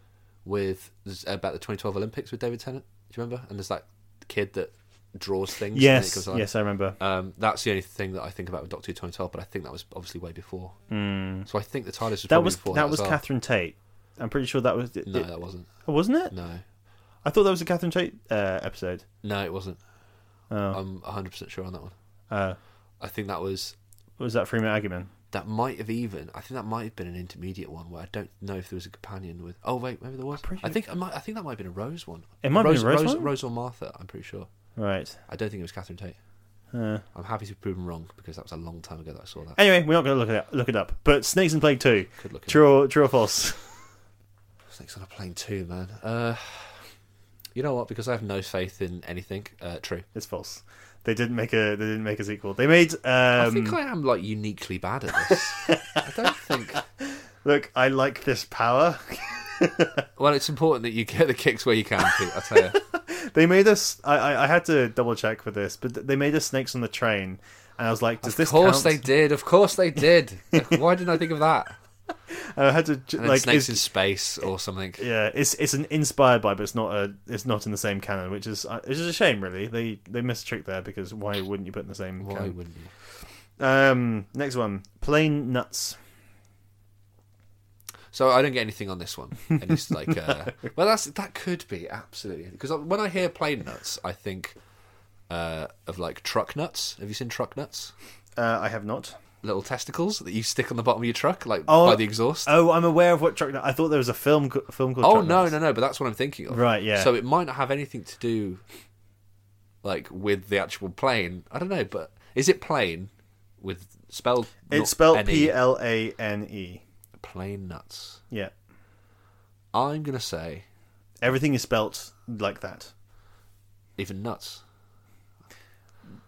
with there's about the 2012 Olympics with David Tennant. Do you remember? And there's that kid that draws things. and it Yes, comes alive. yes, I remember. Um, that's the only thing that I think about with Doctor Who 2012, but I think that was obviously way before. So I think the TARDIS was Mm. That probably was before that was as well. Catherine Tate. I'm pretty sure that was it, No, it- that wasn't. wasn't it? No, I thought that was a Catherine Tate uh, episode. no, it wasn't. Oh, I'm 100% sure on that one. uh, I think that was was that Freeman Agyeman? that might have even I think that might have been an intermediate one where I don't know if there was a companion with Oh wait, maybe there was. I think I might I think that might have been a Rose one. It might have been Rose, a Rose one? Rose or Martha, I'm pretty sure. Right. I don't think it was Catherine Tate. Uh, I'm happy to be proven wrong because that was a long time ago that I saw that. anyway, we're not going to look it up, look it up. But Snakes and Plague Two. Could look it True, or, true or false? Snakes on a plane too, man. Uh you know what? Because I have no faith in anything. Uh, true. It's false. They didn't make a. They didn't make a sequel. They made. Um, I think I am like uniquely bad at this. I don't think. Look, I like this power. Well, it's important that you get the kicks where you can. Pete, I tell you. They made us. I, I, I had to double check for this, but th- they made us snakes on the train, and I was like, "Does Of this course count?" they did. Of course they did. Why didn't I think of that? I had to j- And then like, snakes is, in space or something. yeah, it's it's an inspired by, but it's not a it's not in the same canon, which is uh, it's just a shame, really. They they missed a trick there because why wouldn't you put it in the same Why canon? wouldn't you? Um, next one, plain nuts. So I don't get anything on this one. And it's like, uh, well, that's that could be absolutely because when I hear plane nuts, I think uh, of like truck nuts. Have you seen truck nuts? Uh, I have not. Little testicles that you stick on the bottom of your truck, like Oh. by the exhaust. Oh, I'm aware of what truck. nut- I thought there was a film co- film called. oh Truck no, Nuts. no, no! But that's what I'm thinking of. Right, yeah. So it might not have anything to do, like, with the actual plane. I don't know, but is it plane with spelled? not It's spelled any- P L A N E. plain nuts. Yeah, I'm gonna say Everything is spelt like that. Even nuts.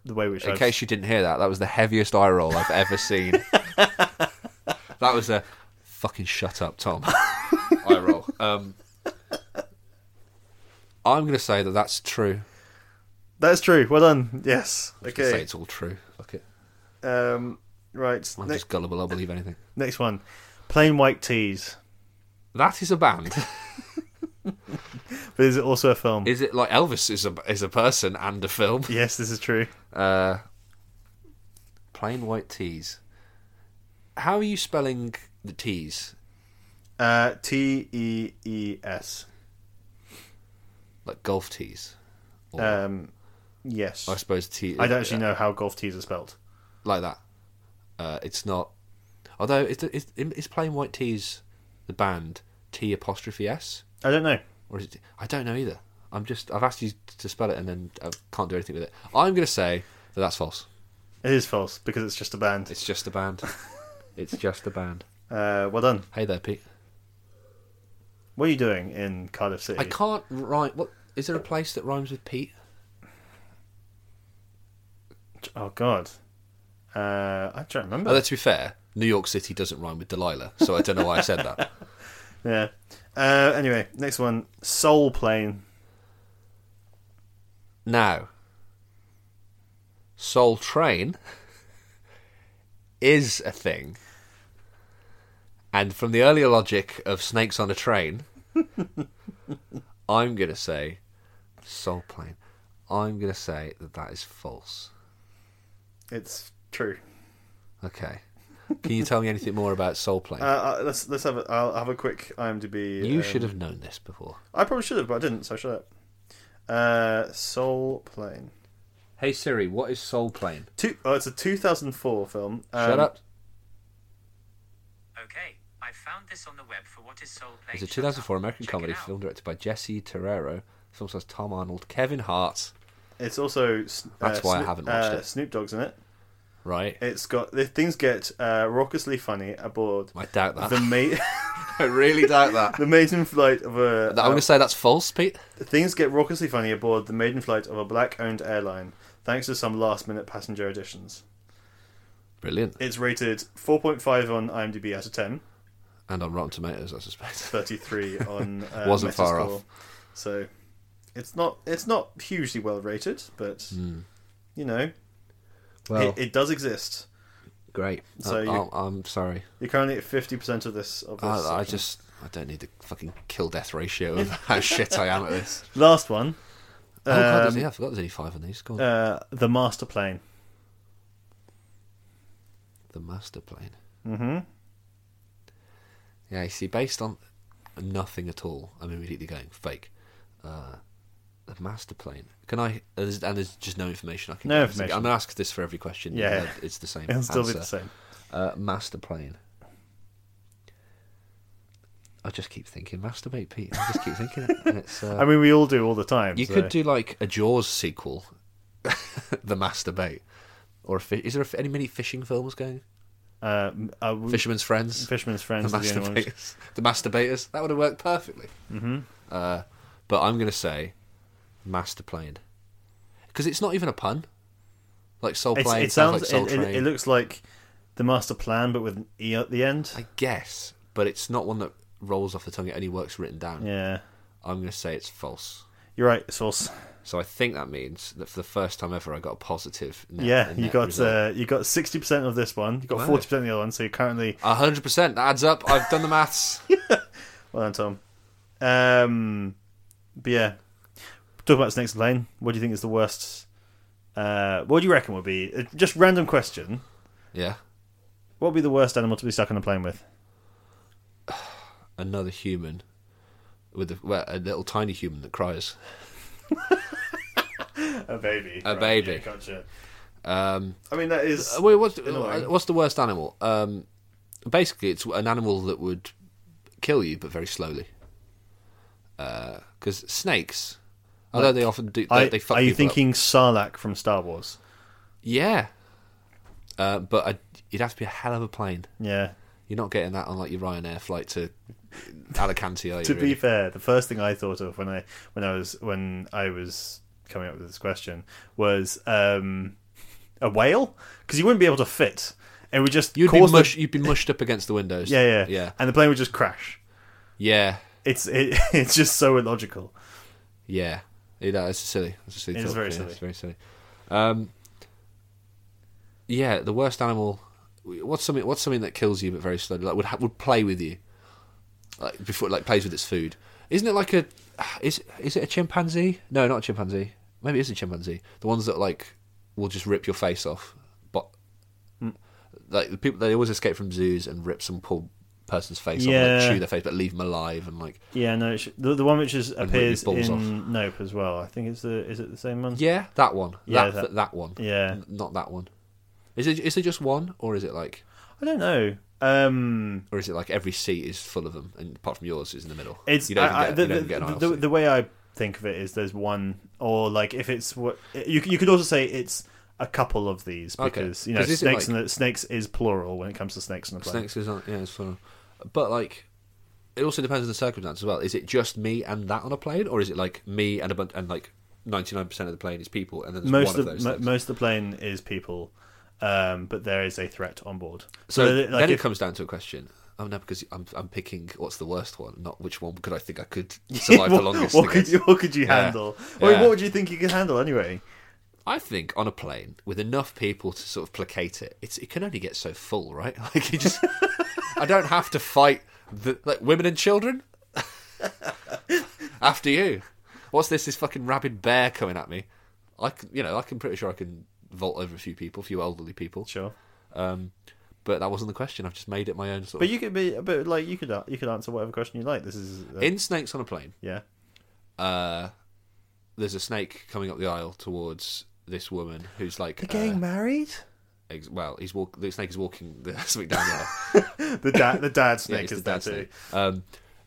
The way which In I've- case you didn't hear that, that was the heaviest eye roll I've ever seen. that was a fucking shut up, Tom. eye roll. Um, I'm going to say that that's true. That's true. Well done. Yes. I'm gonna Say Okay. it's all true. Fuck it. Um, right. I'm Ne- just gullible. I'll believe anything. next one. Plain white tees. That is a band. But is it also a film? is it like Elvis is a is a person and a film? yes, this is true. Uh, plain white tees. How are you spelling the tees? Uh, T E E S. Like golf tees? Or, Um, yes. I suppose tee. I don't actually know how golf tees are spelt. like that. Uh, it's not. Although is, the- is is plain white tees the band T apostrophe S I don't know. or is it? I don't know either. I'm just I've asked you to spell it and then I can't do anything with it. I'm gonna say that that's false. It is false because it's just a band. It's just a band. it's just a band. Uh, well done. Hey there, Pete. What are you doing in Cardiff City? I can't rhyme. What is there a place that rhymes with Pete? Oh God. Uh, I don't remember. Although Oh, to be fair, New York City doesn't rhyme with Delilah, so I don't know why I said that. Yeah. Uh, anyway, next one. Soul plane. Now, Soul Train is a thing. And from the earlier logic of snakes on a train, I'm going to say Soul Plane. I'm going to say that that is false. It's true. Okay. Can you tell me anything more about Soul Plane? Uh, uh, let's let's have a, I'll have a quick IMDb. you um, should have known this before. I probably should have, but I didn't. So shut up. Uh, Soul plane. Hey Siri, what is Soul Plane? Two, oh, it's a 2004 film. Um, Shut up. Okay, I found this on the web for what is Soul Plane. It's a Shut 2004 Up. American Check it comedy out. film directed by Jesse Terrero. The film stars Tom Arnold, Kevin Hart. It's also s- uh, That's why I haven't watched uh, it. Snoop Dogg's in it. Right? It's got the things get uh, raucously funny aboard I doubt that. the ma- I really doubt that. the maiden flight of a. I'm going to say that's false, Pete. Things get raucously funny aboard the maiden flight of a black-owned airline, thanks to some last-minute passenger additions. Brilliant. It's rated 4.5 on IMDb out of 10, And on Rotten Tomatoes, I suspect. 33 on uh, Wasn't far Metascore. off. So it's not it's not hugely well rated, but Hmm. you know Well, it, it does exist. great. so I, you- I'm, I'm sorry. You're currently at 50% of this. Of this I, I section. just I don't need the fucking kill death ratio of how shit I am at this. last one. Oh god, there's- Um, yeah, I forgot there's only five on these. Go on. uh, the master plane. the Master Plane. hmm Yeah, you see, based on nothing at all, I'm immediately going fake. Uh, the master plane. Can I? uh, there's- And there's just no information I can. No give. information. I'm gonna ask this for every question. uh, Yeah. it's the same. It'll still be the answer. same. Uh, master plane. I just keep thinking masturbate, Pete. I just keep thinking it. And it's, uh, I mean, we all do all the time. you so- could do like a Jaws sequel, the masturbate, or a fi- is there a f any mini fishing films going? Uh, I would- Fisherman's Friends. Fisherman's Friends. the is the only one. masturbators. The masturbators. That would have worked perfectly. Mm-hmm. Uh, but I'm going to say master plane because it's not even a pun. Like soul It's- plane, it sounds. like soul it, train. it, it looks like the master plan, but with an e at the end. I guess, but it's not one that rolls off the tongue. It only works written down. yeah, I'm going to say it's false. you're right. It's false. So I think that means that for the first time ever, I got a positive. Net, Yeah, a you net got result. uh, you got sixty percent of this one. You got Wow. forty percent of the other one. So you're currently A hundred percent. That adds up. I've done the maths. well done, Tom. Um, but yeah, talk about snakes and plane. What do you think is the worst? Uh, what do you reckon would be? uh, Just random question. yeah. What would be the worst animal to be stuck on a plane with? another human with a, well, a little tiny human that cries. A baby. A Right, baby. yeah, gotcha. Um, I mean, that is. uh, wait, what's Annoying. uh, what's the worst animal? Um, basically, it's an animal that would kill you, but very slowly. Because snakes, although they often do, they, I, they fuck are you people up. thinking Sarlacc from Star Wars? Yeah, uh, but i it'd have to be a hell of a plane. Yeah. You're not getting that on like your Ryanair flight to Alicante. Are you, to really? be fair, the first thing I thought of when I when I was when I was coming up with this question was um, a whale because you wouldn't be able to fit. It would just you'd be cause the- mush, you'd be mushed up against the windows. yeah, yeah, yeah, and the plane would just crash. yeah, It's it, it's just so illogical. yeah. yeah that's silly. That's a silly It is thought. very Yeah, silly. It's very silly. Um, yeah, the worst animal. What's something? What's something that kills you but very slowly? Like would ha- would play with you, like before, like plays with its food. Isn't it like a? Is is it a chimpanzee? No, not a chimpanzee. Maybe it is a chimpanzee. The ones that like will just rip your face off. But Mm. like the people, they always escape from zoos and rip some poor person's face off, Yeah. and, like, chew their face, but leave them alive and like Yeah, no, it sh- the the one which is, rip appears your balls in Nope as well. I think it's the is it the same one? Yeah, that one. Yeah, that, that- that one. Yeah. N- not that one. Is it is there just one, or is it like, I don't know. Um, or is it like every seat is full of them, and apart from yours is in the middle. It's you don't even I- I- get, the, you don't the- even get an aisle the- seat. the way I think of it is there's one or like if it's what you c- you could also say it's a couple of these Okay. because you know 'Cause is it snakes like- and the, snakes is plural when it comes to snakes on the plane. Snakes is on. Yeah, it's fun. But like, it also depends on the circumstance as well. Is it just me and that on a plane, or is it like me and a bunch and like ninety nine percent of the plane is people, and then there's Most one of, of, those. mo- things? most of the plane is people, um, but there is a threat on board. so that, then if- it comes down to a question. Oh no, because I'm I'm picking what's the worst one, not which one could I think I could survive the what, longest. what could against. you what could you Yeah. handle? Well, Yeah. what would you think you could handle anyway? I think on a plane with enough people to sort of placate it, it's, it can only get so full, right? Like you just, I don't have to fight the like women and children after you. What's this? This fucking rabid bear coming at me? I, can, you know, I can pretty sure I can vault over a few people, a few elderly people. Sure, Um, but that wasn't the question. I've just made it my own sort but of. you could be but like you could a- you could answer whatever question you like. This is uh, In snakes on a plane, yeah. uh, there's a snake coming up the aisle towards this woman who's like They're getting uh, married. ex- well, he's walk. The snake is walking the, something down the aisle. The dad the dad Yeah, snake it's is the there dad too. snake. Um,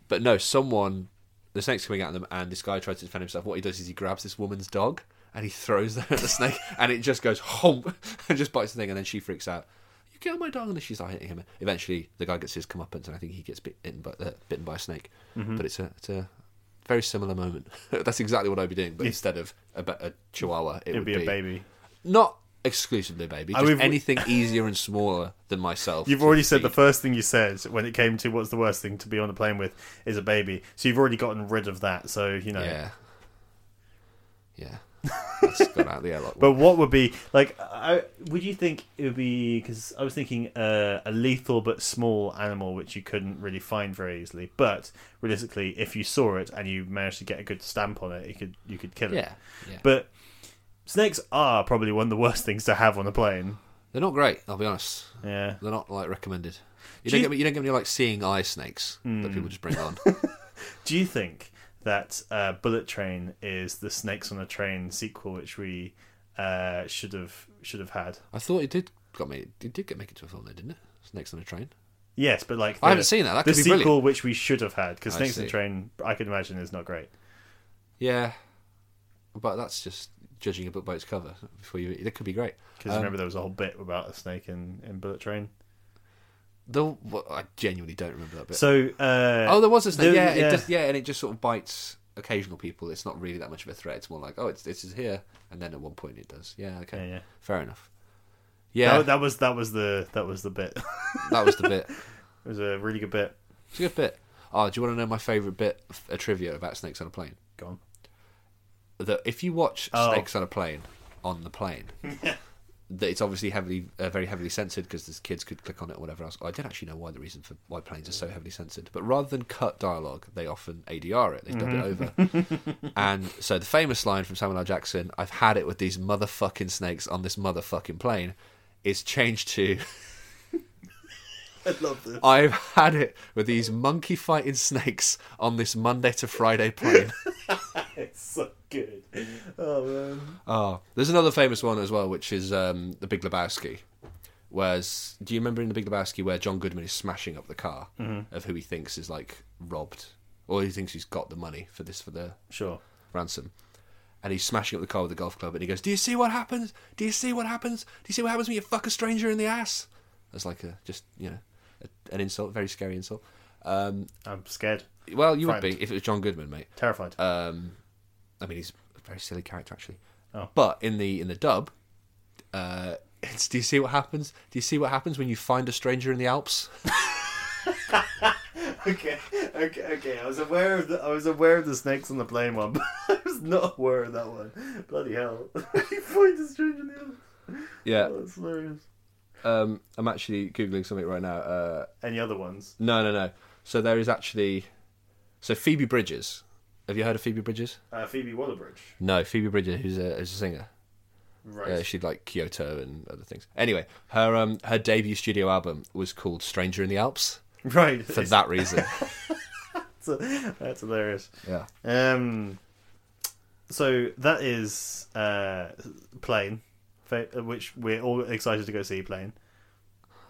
but no, someone, the snake's coming at them, and this guy tries to defend himself. What he does is he grabs this woman's dog and he throws that at the snake, and it just goes hump and just bites the thing, and then she freaks out. You kill my dog, and then she's like hitting him. Eventually, the guy gets his comeuppance, and I think he gets bit, bitten by uh, bitten by a snake. Mm-hmm. But it's a it's a very similar moment. That's exactly what I'd be doing, but instead of a, ba- a chihuahua, it It'd would be a baby. Not exclusively a baby, I just mean, we- anything easier and smaller than myself. You've to already said the feed. first thing you said when it came to what's the worst thing to be on a plane with is a baby. So you've already gotten rid of that. So you know. Oh, Yeah. Yeah. That's got out of the airlock. But what would be like? I, would you think it would be? Because I was thinking uh, a lethal but small animal which you couldn't really find very easily. But realistically, if you saw it and you managed to get a good stamp on it, you could you could kill it. yeah. yeah. But But snakes are probably one of the worst things to have on a plane. they're not great, I'll be honest. Yeah. They're not like recommended. You Do don't, you- get, me- you Hmm. don't get any like seeing eye snakes that people just bring on. Do you think that uh, Bullet Train is the Snakes on a Train sequel, which we uh, should have should have had? I thought it did got me it did get make it to a film though, didn't it? Snakes on a train. Yes, but like I haven't seen that. That the could be sequel, brilliant. which we should have had, because I Snakes on a see. Train, I can imagine, is not great. Yeah. But that's just judging a book by its cover before you it could be great. Because remember, there was a whole bit about a snake in, in Bullet Train. The well, I genuinely don't remember that bit. So uh, oh, there was a snake. there- yeah, yeah. It just, yeah, and it just sort of bites occasional people. It's not really that much of a threat. It's more like, oh, it's this is here, and then at one point it does. Yeah, okay, Yeah, yeah. fair enough. Yeah, that, that was that was the that was the bit. it that was the bit. was a really good bit. It's a good bit. Oh, do you want to know my favourite bit of a trivia about snakes on a plane? Gone. That if you watch Oh. snakes on a plane on the plane, that it's obviously heavily, uh, very heavily censored because there's kids could click on it or whatever else. I don't actually know why the reason for why planes are so heavily censored, but rather than cut dialogue, they often ADR it. They dub Mm-hmm. it over. and so the famous line from Samuel L. Jackson, "I've had it with these motherfucking snakes on this motherfucking plane," is changed to. I love this. I've had it with these monkey fighting snakes on this Monday to Friday plane. It's so good. Oh man. oh, there's another famous one as well, which is um, the Big Lebowski. Whereas, do you remember in the Big Lebowski where John Goodman is smashing up the car of who he thinks is like robbed, or he thinks he's got the money for this for the Sure. ransom. And he's smashing up the car with a golf club, and he goes, "Do you see what happens? Do you see what happens? Do you see what happens when you fuck a stranger in the ass?" That's like a just you know, a, an insult, very scary insult. Um, I'm scared, well, you would Frightened. be if it was John Goodman, mate. terrified. Um, I mean, he's a very silly character actually. Oh. But in the in the dub, uh, it's, do you see what happens? Do you see what happens when you find a stranger in the Alps? okay, okay, okay. I was aware of the I was aware of the snakes on the plane one, but I was not aware of that one. Bloody hell! you find a stranger in the other. Yeah, that's hilarious. um, I'm actually googling something right now. Uh, Any other ones? no, no, no. So there is actually, so Phoebe Bridges. Have you heard of Phoebe Bridges? Uh, Phoebe Waller-Bridge. No, Phoebe Bridges, who's a, who's a singer. Right. Uh, she'd like Kyoto and other things. Anyway, her um, her debut studio album was called Stranger in the Alps right. for that reason. That's, that's hilarious. yeah. Um. So that is uh, plane, fa- which we're all excited to go see. Plane.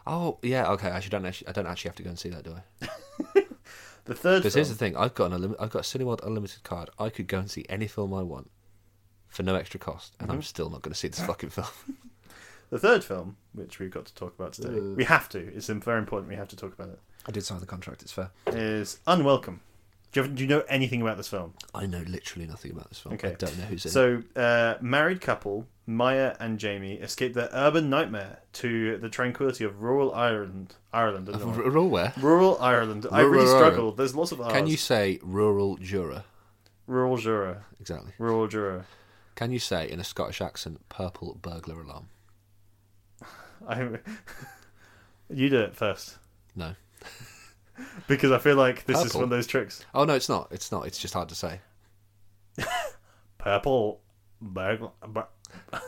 Oh yeah, okay. I actually don't actually, I don't actually have to go and see that, do I? The third. Because film- here's the thing: I've got an unlim- I've got a Cineworld unlimited card. I could go and see any film I want for no extra cost, and I'm still not going to see this fucking film. The third film, which we've got to talk about today, we have to. It's very important. We have to talk about it. I did sign the contract. It's fair. Is Unwelcome. Do you, do you know anything about this film? I know literally nothing about this film. I Okay. don't know who's in. it. So, uh, married couple Maya and Jamie escape their urban nightmare to the tranquility of rural Ireland. Ireland, I don't know. R- Rural. rural Ireland. I really Rural. struggle. There's lots of R's. Can you say rural juror? rural juror? Exactly. Rural juror. Can you say in a Scottish accent, "purple burglar alarm"? I. you do it first No. because I feel like this is Purple. one of those tricks. Oh no, it's not. It's not. It's just hard to say. Purple burglar. bur-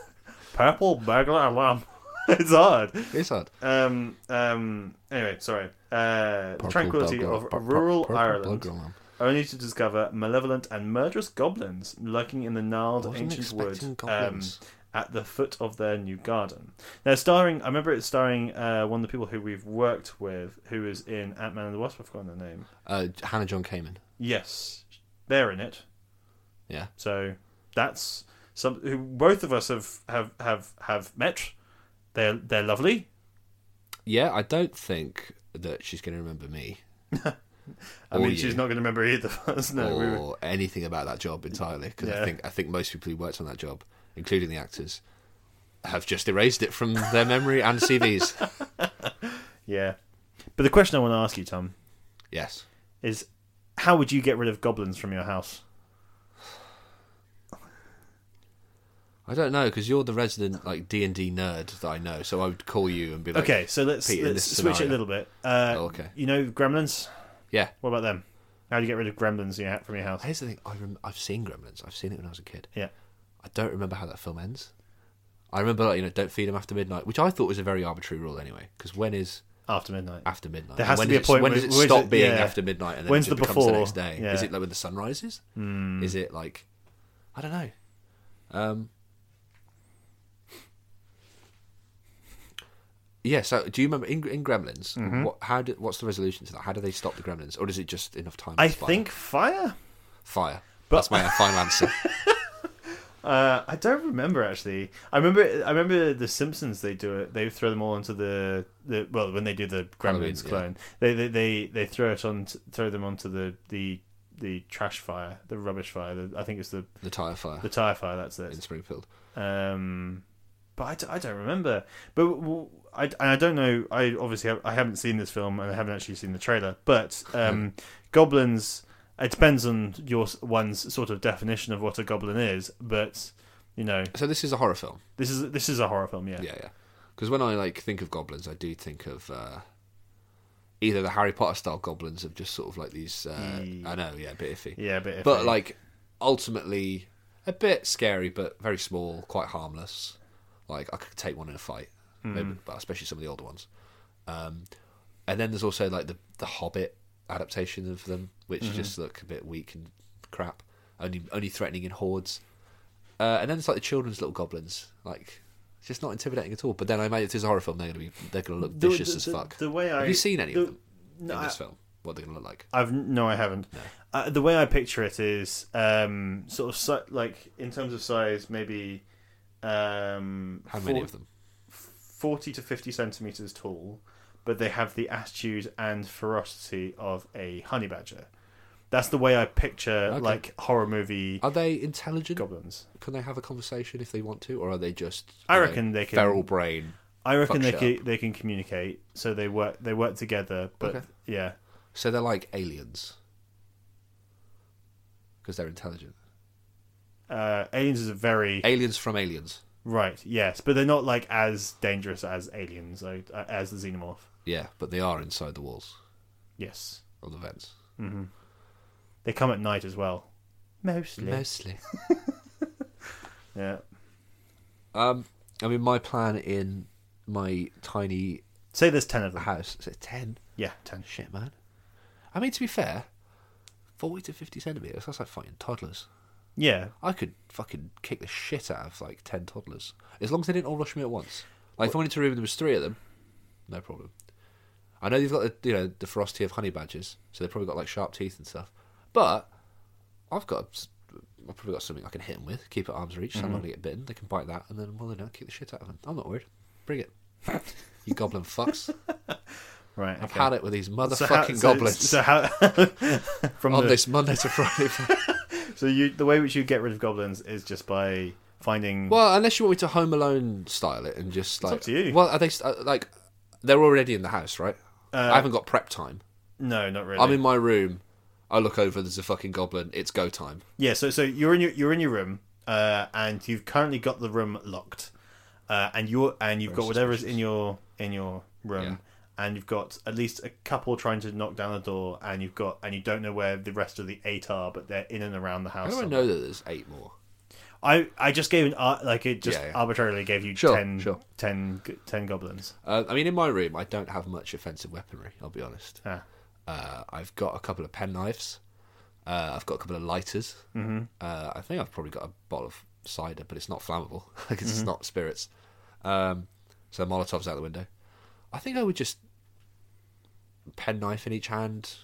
purple burglar alarm. it's hard. It's hard. Um. Um. Anyway, sorry. Uh, the tranquility burglar- of pur- pur- rural purple Ireland. burglar alarm. only to discover malevolent and murderous goblins lurking in the gnarled I wasn't ancient wood expecting um, goblins. at the foot of their new garden. Now, starring, I remember it's starring uh, one of the people who we've worked with, who is in Ant Man and the Wasp. I've forgotten their name. Uh, Hannah John Kamen. Yes, they're in it. Yeah. So that's some who both of us have have have have met. They're they're lovely. Yeah, I don't think that she's going to remember me I Or mean, you. she's not going to remember either of us. No, we or were, anything about that job entirely because Yeah. I think I think most people who worked on that job, including the actors, have just erased it from their memory and CVs. yeah. But the question I want to ask you, Tom, yes, is how would you get rid of goblins from your house? I don't know because you're the resident like D and D nerd that I know, so I would call you and be like, Okay, so let's, Pete, in let's this switch it a scenario. little bit. Uh, Oh, okay. You know gremlins? yeah." What about them? How do you get rid of gremlins in your, ha- from your house? Here's the thing: I rem- I've seen Gremlins. I've seen it when I was a kid. Yeah. I don't remember how that film ends. I remember, like, you know, don't feed them after midnight, which I thought was a very arbitrary rule anyway. Because when is After midnight. after midnight. There has when to be does a point It, when where- does it where is stop it- being yeah. after midnight? And then When's it the becomes before? the next day? Yeah. Hmm. Is it like when the sun rises? Is it like I don't know? Um, yeah. So do you remember in, in Gremlins? Mm-hmm. What, how do, what's the resolution to that? How do they stop the Gremlins, or is it just enough time? I to fire? think fire? fire. But- That's my final answer. Uh, I don't remember actually. I remember I remember the Simpsons they do it. They throw them all into the, the well when they do the Halloween, gremlins yeah. clone. They, they they they throw it on throw them onto the the the trash fire, the rubbish fire. The, I think it's the The tire fire the tire fire, that's it. in Springfield. Um, but I d- I, don't remember. But w- w- I, and I don't know. I obviously have, I haven't seen this film and I haven't actually seen the trailer. But um, goblins. It depends on your s- one's sort of definition of what a goblin is. But you know, So this is a horror film. this is this is a horror film. Yeah. Yeah, yeah. Because when I like think of goblins, I do think of uh, either the Harry Potter style goblins of just sort of like these. Uh, Ye- I know, yeah, a bit iffy. Yeah, but if but like ultimately a bit scary, but very small, quite harmless. Like I could take one in a fight, Hmm. maybe, but especially some of the older ones. Um, and then there's also like the the Hobbit adaptation of them, which Mm-hmm. just look a bit weak and crap, only only threatening in hordes. Uh, and then it's like the children's little goblins, like it's just not intimidating at all. But then I imagine if it's a horror film, they're gonna be they're gonna look The- vicious the- as the- fuck. The way I Have you seen any the- of them No, in I- this film? What they're gonna look like? I've no, I haven't. Uh, the way I picture it is um, sort of si- like in terms of size, maybe um, How many four- of them? 40 to 50 centimeters tall, but they have the attitude and ferocity of a honey badger. That's the way I picture like horror movie Are they intelligent? goblins. Can they have a conversation if they want to, or are they just? I you know, reckon they can- feral brain. I Fuck reckon they shit can, they can communicate, so they work they work together. But Okay. yeah, So they're like aliens because they're intelligent. uh, aliens is a very Aliens from aliens. right. Yes, but they're not like as dangerous as aliens, like, uh, as the xenomorph. Yeah, but they are inside the walls Yes, or the vents. they come at night as well. Mostly. Mostly. yeah. Um, I mean, my plan in my tiny Say there's ten of them. house is it ten? Yeah, ten. Shit, man. I mean, to be fair, forty to fifty centimeters. That's like fighting toddlers. Yeah, I could fucking kick the shit out of like ten toddlers as long as they didn't all rush me at once. Like if I went into a room and there was three of them, no problem. I know they've got the you know the ferocity of honey badgers, so they've probably got like sharp teeth and stuff. But I've got s- I've probably got something I can hit them with, keep at arm's reach. Mm-hmm. So I'm not gonna get bitten. They can bite that, and then well, they know, kick the shit out of them. I'm not worried. Bring it, you goblin fucks. right. I've okay. had it with these motherfucking So how- so- goblins So, how from on the, this Monday to Friday. so you the way which you get rid of goblins is just by finding Well, unless you want me to Home Alone style it and just like, up to you. well, are they uh, like they're already in the house, right? Uh, I haven't got prep time. no, not really. I'm in my room. I look over. There's a fucking goblin. It's go time. Yeah, so so you're in your you're in your room, uh, and you've currently got the room locked, uh, and you and you've got whatever's in your in your room, and you've got at least a couple trying to knock down the door, and you've got and you don't know where the rest of the eight are, but they're in and around the How house. do I somewhere. know that there's eight more? I I just gave an ar- like it just Yeah, yeah. arbitrarily gave you Sure, 10, sure. 10 g- 10 goblins. Uh, I mean, in my room, I don't have much offensive weaponry. I'll be honest. Ah. Uh, I've got a couple of penknives. Uh, I've got a couple of lighters. Mm-hmm. Uh, I think I've probably got a bottle of cider, but it's not flammable because Mm-hmm. it's not spirits. Um, so Molotov's out the window. I think I would just penknife in each hand.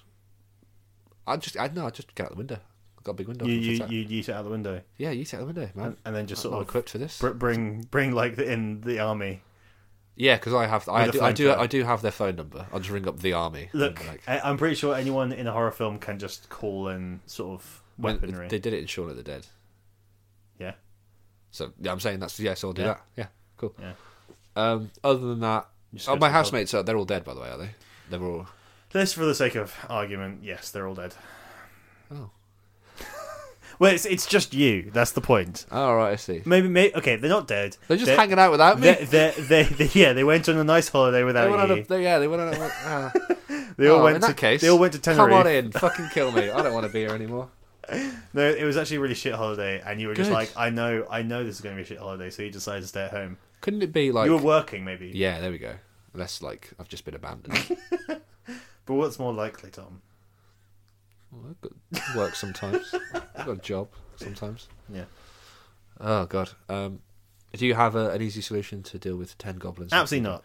I just, I no, I just get out the window. I've got a big window. I You can fit you out. you yeet it out the window, yeah, you take the window, man. and then just I'm sort not of equipped for this. br- bring bring like the, in the army. yeah, because I have, I With a do, I phone do, call. I do have their phone number. I'll just ring up the army. and, Look, uh, like- I, I'm pretty sure anyone in a horror film can just call in sort of When- weaponry. They did it in Shaun of the Dead. Yeah. So yeah, I'm saying that's yeah. So I'll do Yeah. that. Yeah, cool. Yeah. Um, other than that, just oh, go my to the pub. housemates are they're all dead by the way, are they? They're all Just for the sake of argument, yes, they're all dead. oh, Well, it's it's just you. That's the point. oh, all right, I see. Maybe, may okay, they're not dead. They're just They- hanging out without me. They, they, they, they, yeah, they went on a nice holiday They without went on you. a, they, yeah, they went on. A, uh, They all oh, went in to that case. They all went to Tenerife. Come on in, fucking kill me. I don't want to be here anymore. No, it was actually a really shit holiday, and you were just Good. like, I know, I know this is going to be a shit holiday, so you decided to stay at home. Couldn't it be like? you were working, maybe. yeah, there we go. Unless like I've just been abandoned. But what's more likely, Tom? Well, I've got work sometimes. I've got a job sometimes. Yeah. Oh god. Um, do you have a, an easy solution to deal with ten goblins? Absolutely not.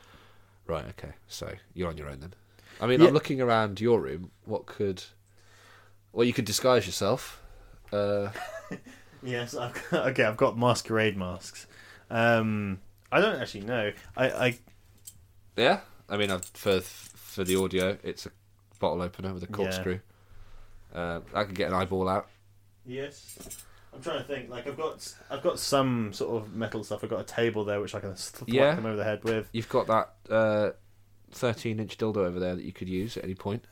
Right. Okay. So you're on your own then. I mean, Yeah. I'm looking around your room. What could? Well, you could disguise yourself. Uh, Yes, I've got, okay, I've got masquerade masks. Um, I don't actually know. I, I yeah. I mean, I've, for for the audio, it's a bottle opener with a corkscrew. Uh, I could get an eyeball out. yes, I'm trying to think. Like I've got I've got some sort of metal stuff. I've got a table there which I can slap Yeah. them over the head with. You've got that uh, 13 inch dildo over there that you could use at any point.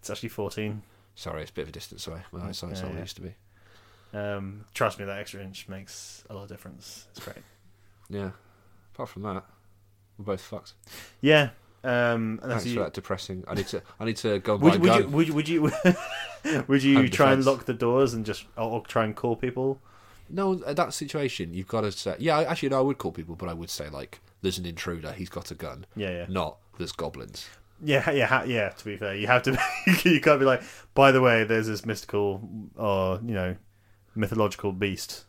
It's actually 14. Sorry, it's a bit of a distance away. My eyesight's Mm, not Yeah, what yeah. it used to be. Um, trust me, that extra inch makes a lot of difference. It's great. Yeah. Apart from that, we're both fucked. Yeah. Um, and that's Thanks you, for that depressing. I need to. I need to go and buy Would, a would, gun. you, would you would you would you Home try and defense. lock the doors and just or, or try and call people? No, at that situation, you've got to say, yeah, I- actually, no, I would call people, but I would say, like, there's an intruder, he's got a gun. Yeah, yeah. Not, there's goblins. Yeah, yeah, ha- yeah. To be fair, you have to. you can't be like. By the way, there's this mystical, or you know, mythological beast.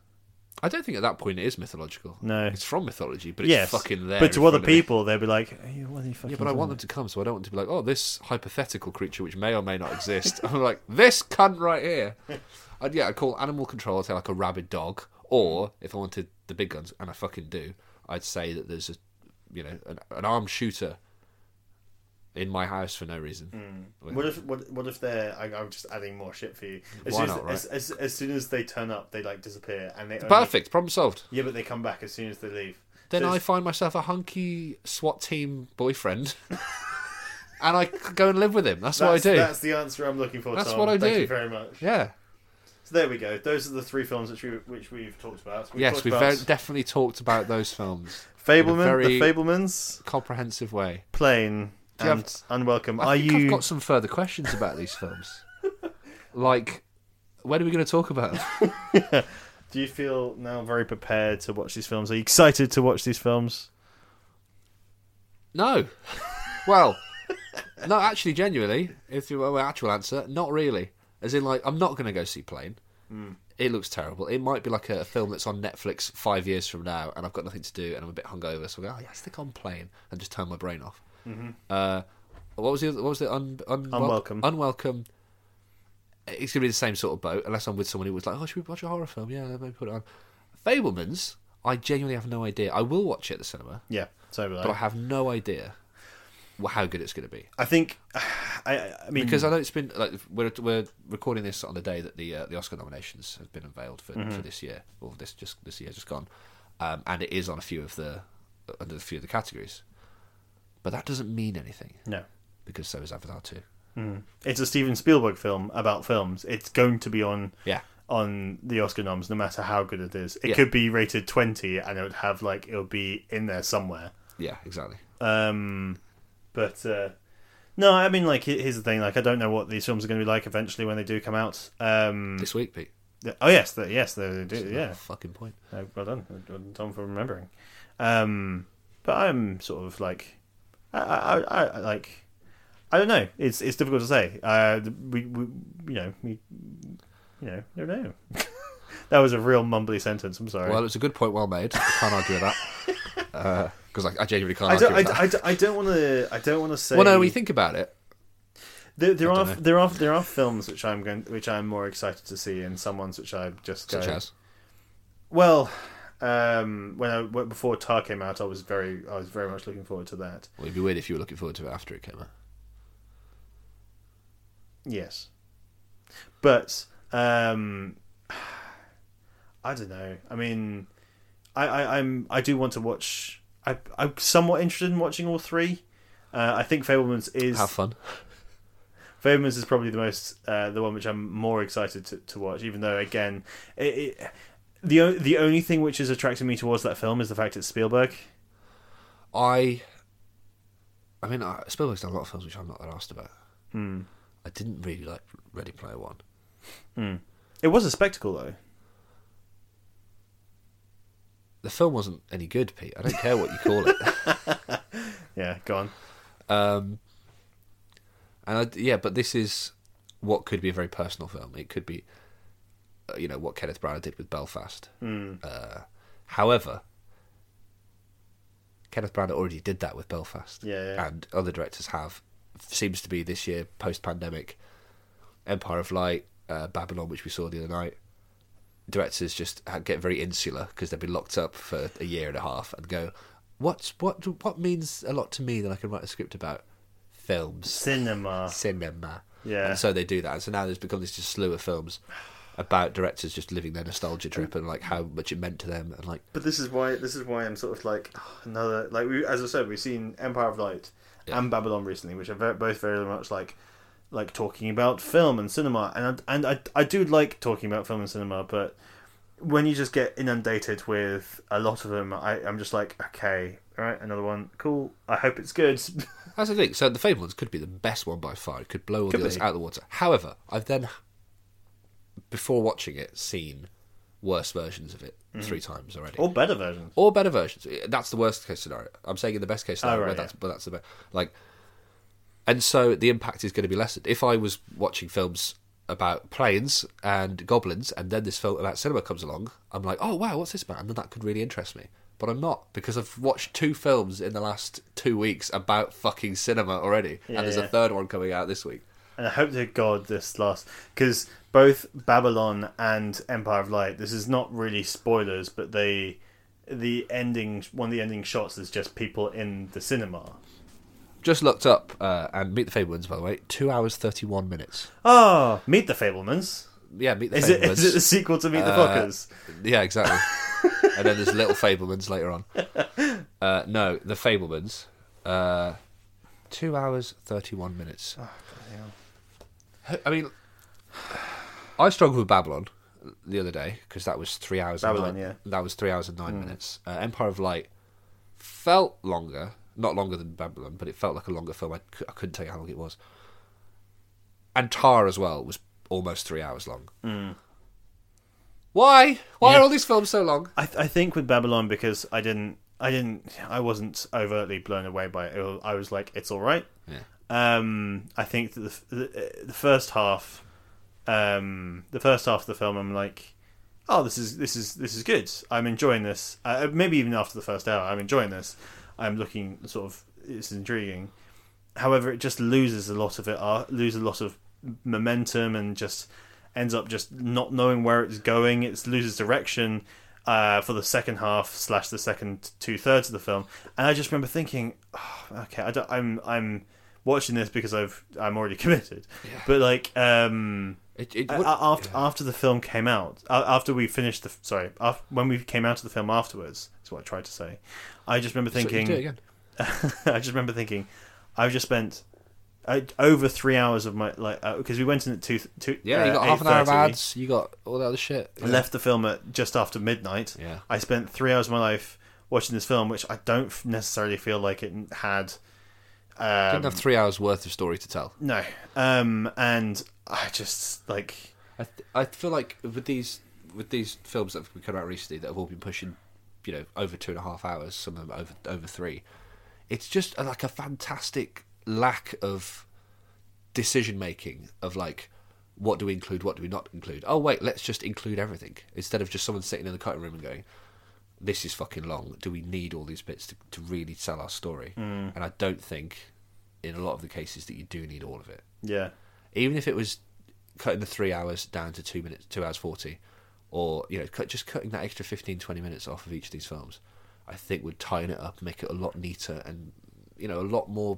I don't think at that point it is mythological. No. It's from mythology, but it's yes, fucking there. But in to other front of me. people, they'd be like, "Are you- "What are you fucking?" Yeah, but I want them to come, so I don't want to be like, oh, this hypothetical creature which may or may not exist. I'm like, this cunt right here. I'd, yeah, I'd call animal control, I'd say, like, a rabid dog, or if I wanted the big guns, and I fucking do, I'd say that there's a, you know, an, an armed shooter in my house for no reason. Hmm. Well, What if what, what if they're? I, I'm just adding more shit for you. As Why soon as, not, right? as, as, as soon as they turn up, they like disappear and they. Only, Perfect. Problem solved. Yeah, but they come back as soon as they leave. Uh, Then So I it's- find myself a hunky SWAT team boyfriend, and I c- go and live with him. That's, what I that's, do. That's the answer I'm looking for. That's Tom. what I Thank do. you very much. Yeah. So there we go. Those are the three films which we which we've talked about. We've yes, talked we've about very, definitely talked about those films. in a Fableman, very- The Fablemans, Comprehensive way. Plane, Do you and have- Unwelcome. I are think you? I've got some further questions about these films. like, when are we going to talk about them? Do you feel now very prepared to watch these films? Are you excited to watch these films? No. well, no, actually, genuinely, if you were my actual answer, not really. As in, like, I'm not going to go see Plane. It looks terrible. It might be like a, film that's on Netflix five years from now, and I've got nothing to do, and I'm a bit hungover, so I go, oh, yeah, stick on Plane, and just turn my brain off. Uh, what was the other, what was the un, un, Unwelcome. unwelcome? It's gonna be the same sort of boat, unless I'm with someone who was like, "Oh, should we watch a horror film?" Yeah, maybe put it on. Fablemans, I genuinely have no idea. I will watch it at the cinema Yeah, so will I. but I have no idea wh- how good it's going to be I think, I, I mean, because I know it's been like we're we're recording this on the day that the uh, the Oscar nominations have been unveiled for, Mm-hmm. for this year or this just this year just gone, um, and it is on a few of the uh, under a few of the categories, but that doesn't mean anything no, because so is Avatar too. it's a Steven Spielberg film about films. It's going to be on Yeah. on the Oscar noms, no matter how good it is. It Yeah. could be rated twenty, and it would have like it would be in there somewhere. Yeah, exactly. Um, but uh, no, I mean, like he- here's the thing: like I don't know what these films are going to be like eventually when they do come out. Um, This week, Pete. th- oh yes, they, yes, they do. Yeah, Fucking point. No, Uh, well done, Well done, Tom, for remembering. Um, but I'm sort of like, I, I, I, I like, I don't know. It's it's difficult to say. Uh, we, we you know, we, you know, don't know. that was a real mumbly sentence. I'm sorry. Well, it's a good point, well made. I can't argue with that because I, I genuinely can't I argue don't, I, with don't- that. I, don't- I don't want to. I don't want to say. well, no, we think about it. there, there I are dunno. there are there are films which I'm going which I'm more excited to see, and some ones which I just go, Such as well. Um, when I when- before Tar came out, I was very I was very much looking forward to that. well, it'd be weird if you were looking forward to it after it came out. Yes. But um I don't know. I mean I, I, I'm I do want to watch I I'm somewhat interested in watching all three. Uh, I think Fablemans is Have fun. Fablemans is probably the most uh, the one which I'm more excited to, to watch. Even though again, it, it, the o- the only thing which is attracting me towards that film is the fact it's Spielberg. I, I mean, I, Spielberg's done a lot of films which I'm not that asked about. I didn't really like Ready Player One. It was a spectacle though. The film wasn't any good, Pete. I don't care what you call it. Yeah, go on. Um, and I, yeah, but this is what could be a very personal film. It could be, uh, you know, what Kenneth Branagh did with Belfast. Hmm. Uh, however, Kenneth Branagh already did that with Belfast. Yeah, yeah. and other directors have. Seems to be this year post pandemic, Empire of Light, uh, Babylon, which we saw the other night. Directors just ha- get very insular because they've been locked up for a year and a half and go, what's what what means a lot to me that I can write a script about films, Cinema. cinema. Ah. Yeah. and so they do that, and so now there's become this just slew of films about directors just living their nostalgia trip and like how much it meant to them and like But this is why this is why I'm sort of like "Oh, another like we as I said we've seen Empire of Light Yeah. and Babylon recently, which are very, both very much like like talking about film and cinema, and I, and I I do like talking about film and cinema, but when you just get inundated with a lot of them, I I'm just like okay, all right, another one, cool. I hope it's good. That's the thing. So the Fablemans could be the best one by far. It could blow all Could the others be. out of the water. However, I've then, before watching it, seen worse versions of it Mm-hmm. three times already, or, or better versions. better versions. That's the worst case scenario. I'm saying in the best case scenario, Oh, right, but that's but that's the best. Like, and so the impact is going to be lessened. If I was watching films about planes and goblins, and then this film about cinema comes along, I'm like, oh wow, what's this about? And then that could really interest me. But I'm not because I've watched two films in the last two weeks about fucking cinema already, and there's Yeah. a third one coming out this week. And I hope to God this lasts because both Babylon and Empire of Light. This is not really spoilers, but they the ending one of the ending shots is just people in the cinema. Just looked up uh, and Meet the Fablemans, by the way. Two hours thirty-one minutes. Oh, Meet the Fablemans. Yeah, Meet the Is it, Ah! Fablemans. is it the sequel to Meet the Uh, Fuckers? Yeah, exactly. and then there's Little Fablemans later on. Uh, no, the Fablemans. Uh, two hours thirty-one minutes. Ah, I mean, I struggled with Babylon the other day because that was three hours. Babylon, and nine, yeah. Hmm. that was three hours and nine minutes. Uh, Empire of Light felt longer, not longer than Babylon, but it felt like a longer film. I, cou- I couldn't tell you how long it was. And Tar as well was almost three hours long. Hmm. Why? Why are all these films so long? I, th- I think with Babylon because I didn't, I didn't, I wasn't overtly blown away by it. It was- I was like, it's all right. Yeah. Um, I think that the, f- the the first half, um, the first half of the film, I'm like, oh, this is this is this is good. I'm enjoying this. Uh, maybe even after the first hour, I'm enjoying this. I'm looking sort of, it's intriguing. However, it just loses a lot of it. Uh, loses a lot of momentum and just ends up just not knowing where it's going. It loses direction. Uh, for the second half slash the second two thirds of the film, and I just remember thinking, oh, okay, I don't, I'm I'm watching this because I've I'm already committed. But like um It, it, a- would- a- after after the film came out, a- after we finished the f- sorry, af when we came out of the film afterwards, is what I tried to say. I just remember So you thinking do it again. I just remember thinking, I've just spent I, over three hours of my like because we went in at two two Yeah, you uh, got half an hour of 8:30. ads. You got all that other shit. I left the film at just after midnight. Yeah. I spent three hours of my life watching this film, which I don't f- necessarily feel like it had. Um, Didn't have three hours worth of story to tell. No. Um, and I just like I, th- I feel like with these with these films that have come out recently that have all been pushing, you know, over two and a half hours, some of them over over three. It's just a, like a fantastic lack of decision making of like what do we include, what do we not include. Oh wait, let's just include everything instead of just someone sitting in the cutting room and going, "This is fucking long. Do we need all these bits to, to really sell our story?" And I don't think in a lot of the cases that you do need all of it yeah, even if it was cutting the three hours down to two minutes, two hours forty, or you know, cut, just cutting that extra 15, 20 minutes off of each of these films, I think would tighten it up, make it a lot neater, and you know, a lot more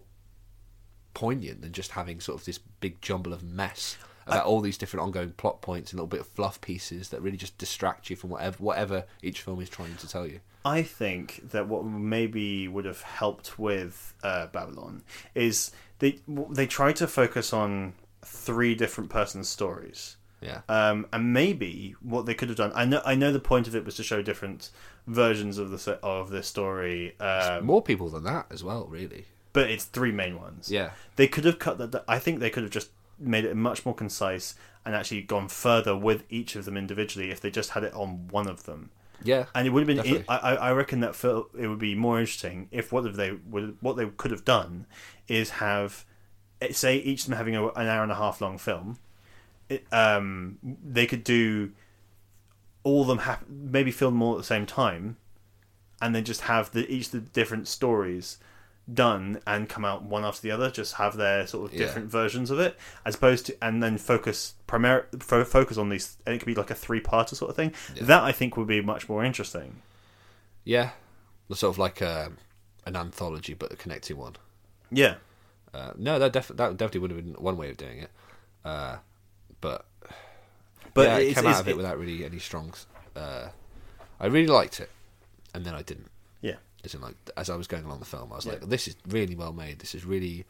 poignant than just having sort of this big jumble of mess about all these different ongoing plot points and little bit of fluff pieces that really just distract you from whatever whatever each film is trying to tell you. I think that what maybe would have helped with uh, Babylon is they they tried to focus on three different persons' stories. Yeah. Um, and maybe what they could have done, I know, I know the point of it was to show different versions of the se- of this story, um, More people than that as well, really. but it's three main ones. Yeah. they could have cut that. I think they could have just made it much more concise and actually gone further with each of them individually if they just had it on one of them. Yeah. And it would have been. Definitely. I, I I reckon that fil- it would be more interesting if what if they would what they could have done is have eh, say each of them having a, an hour and a half long film. It, um, they could do all of them hap- maybe film them all at the same time, and then just have the each of the different stories done and come out one after the other. Just have their sort of Yeah. different versions of it, as opposed to and then focus primar- fo- focus on these. And it could be like a three parter sort of thing. That I think would be much more interesting. Yeah. Sort of like um an anthology, but a connecting one. Yeah, Uh, no, that, def- that definitely would have been one way of doing it. Uh, but but but yeah, I it's, came it's- out of it without really any strong. Uh, I really liked it, and then I didn't. yeah. As in, like as I was going along the film, I was like, "This is really well made. This is really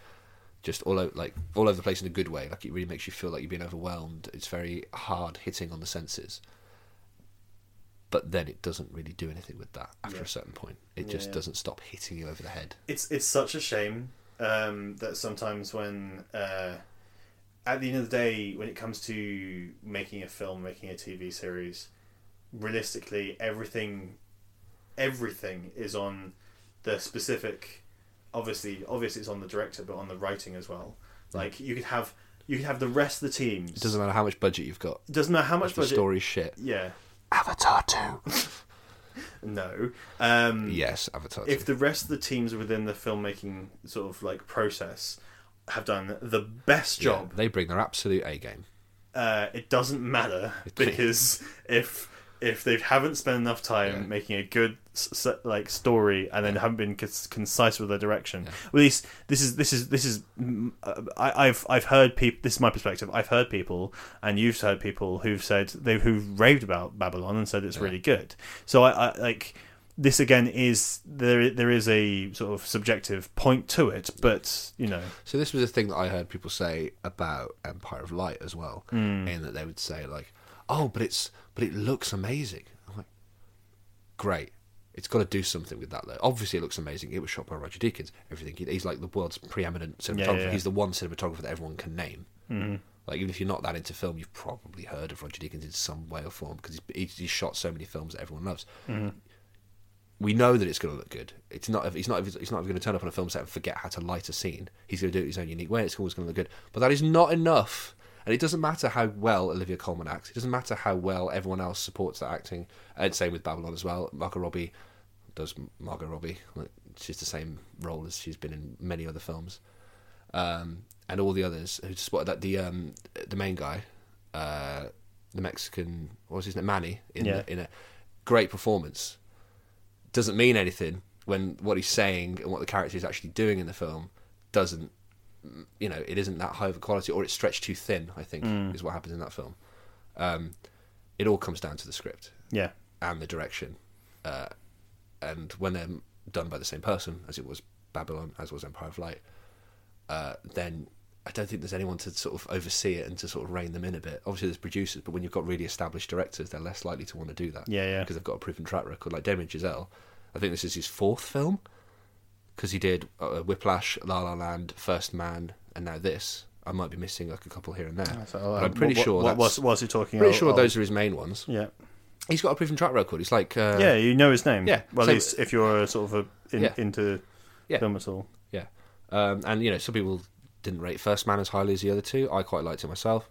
just all over, like all over the place in a good way. Like it really makes you feel like you're being overwhelmed. It's very hard hitting on the senses." But then it doesn't really do anything with that after a certain point. It just Yeah. doesn't stop hitting you over the head. It's it's such a shame um, that sometimes when uh, at the end of the day, when it comes to making a film, making a TV series, realistically, everything everything is on the specific. Obviously, obviously, it's on the director, but on the writing as well. Like you could have you could have the rest of the teams. Mm. It doesn't matter how much budget you've got. doesn't matter how much The budget. story's shit. Yeah, Avatar 2. no. Um, yes, Avatar 2. if the rest of the teams within the filmmaking sort of like process have done the best Yeah, job, they bring their absolute A game. uh, it doesn't matter because if if they haven't spent enough time making a good s- s- like story and then haven't been c- concise with their direction. At least this is this is this is mm, uh, I, I've I've heard people. This is my perspective. I've heard people, and you've heard people who've said they who've raved about Babylon and said it's really good. So I, I like this again is there there is a sort of subjective point to it, but you know So this was a thing that I heard people say about Empire of Light as well, Hmm. in that they would say like, "Oh, but it's but it looks amazing." I'm like, "Great." It's got to do something with that, though. Obviously, it looks amazing. It was shot by Roger Deakins. Everything he- he's like the world's preeminent cinematographer. yeah. Mm-hmm. He's the one cinematographer that everyone can name. Mm. Like even if you're not that into film, you've probably heard of Roger Deakins in some way or form because he's, he's, he's shot so many films that everyone loves we know that it's going to look good. It's not. He's not. He's not going to turn up on a film set and forget how to light a scene. He's going to do it his own unique way. It's always going to look good. But that is not enough. And it doesn't matter how well Olivia Colman acts. It doesn't matter how well everyone else supports that acting. And same with Babylon as well. Margot Robbie does Margot Robbie. Like, She's the same role as she's been in many other films. Um, and all the others who spotted that the um, the main guy, uh, the Mexican, what was his name, Manny, in, Yeah. the, in a great performance doesn't mean anything when what he's saying and what the character is actually doing in the film doesn't you know it isn't that high of a quality or it's stretched too thin i think is what happens in that film um, it all comes down to the script yeah and the direction uh, and when they're done by the same person as it was babylon as was empire of light uh, then i don't think there's anyone to sort of oversee it and to sort of rein them in a bit obviously there's producers but when you've got really established directors they're less likely to want to do that Yeah, yeah. because they've got a proven track record like damien giselle i think this is his fourth film because he did uh, whiplash la la land first man and now this i might be missing like a couple here and there but i'm pretty uh, what, sure what, that's, what was was he talking Oh, pretty about? sure those are his main ones yeah he's got a proven track record he's like uh, yeah you know his name yeah, well so- at least if you're a sort of a, in, Yeah. into Yeah. film at all Yeah, um, and you know some people didn't rate First Man as highly as the other two. I quite liked it myself.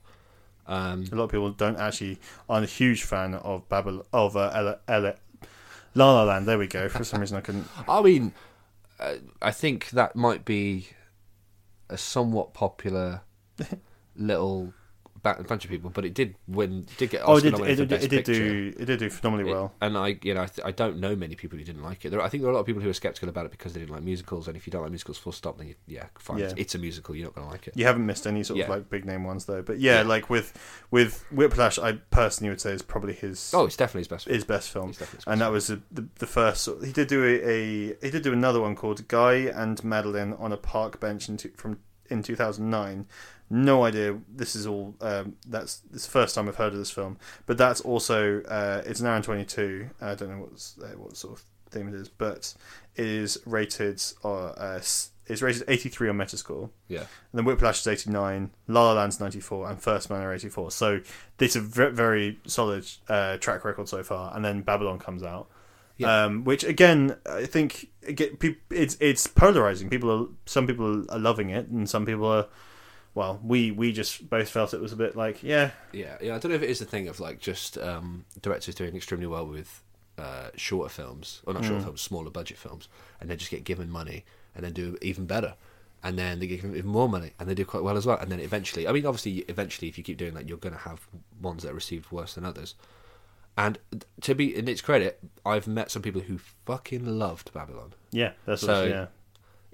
Um, a lot of people don't actually aren't a huge fan of Babylon of uh, Ella, Ella, La La Land there we go for some reason I couldn't I mean, uh, I think that might be a somewhat popular little ba- bunch of people, but it did win. Did get Oscar oh it did it, nominated for did- Best it did Picture. do it did do phenomenally It- well And I, you know, I, th- I don't know many people who didn't like it. There, are- I think there are a lot of people who are skeptical about it because they didn't like musicals. And if you don't like musicals, full stop, then you, yeah, fine. Yeah. It's, it's a musical. You're not going to like it. you haven't missed any sort of Yeah. like big name ones though but yeah, Yeah. like with with Whiplash I personally would say is probably his Oh, it's definitely his best. his best film, His definitely his best and that was the, the, the first. sort- He did do a, a he did do another one called Guy and Madeline on a park bench in two, from in two thousand nine. No idea. This is all. Um, that's this is the first time I've heard of this film, but that's also uh, it's an hour and twenty two. I don't know what's uh, what sort of theme it is, but it is rated uh, uh, s- it's rated eighty three on Metascore. yeah. And then Whiplash is 89, La La Land's 94, and First Man are 84. So it's a very, very solid uh, track record so far. And then Babylon comes out, Yeah. um, which again I think again, pe- it's it's polarizing. People are some people are loving it, and some people are. Well, we we just both felt it was a bit like yeah, Yeah, yeah. I don't know if it is the thing of like just um, directors doing extremely well with uh, shorter films, or not shorter films, smaller budget films, and they just get given money and then do even better, and then they get given even more money and they do quite well as well, and then eventually, I mean, obviously, eventually, if you keep doing that, you're going to have ones that are received worse than others. And th- to be in its credit, I've met some people who fucking loved Babylon. yeah, that's So- what, yeah.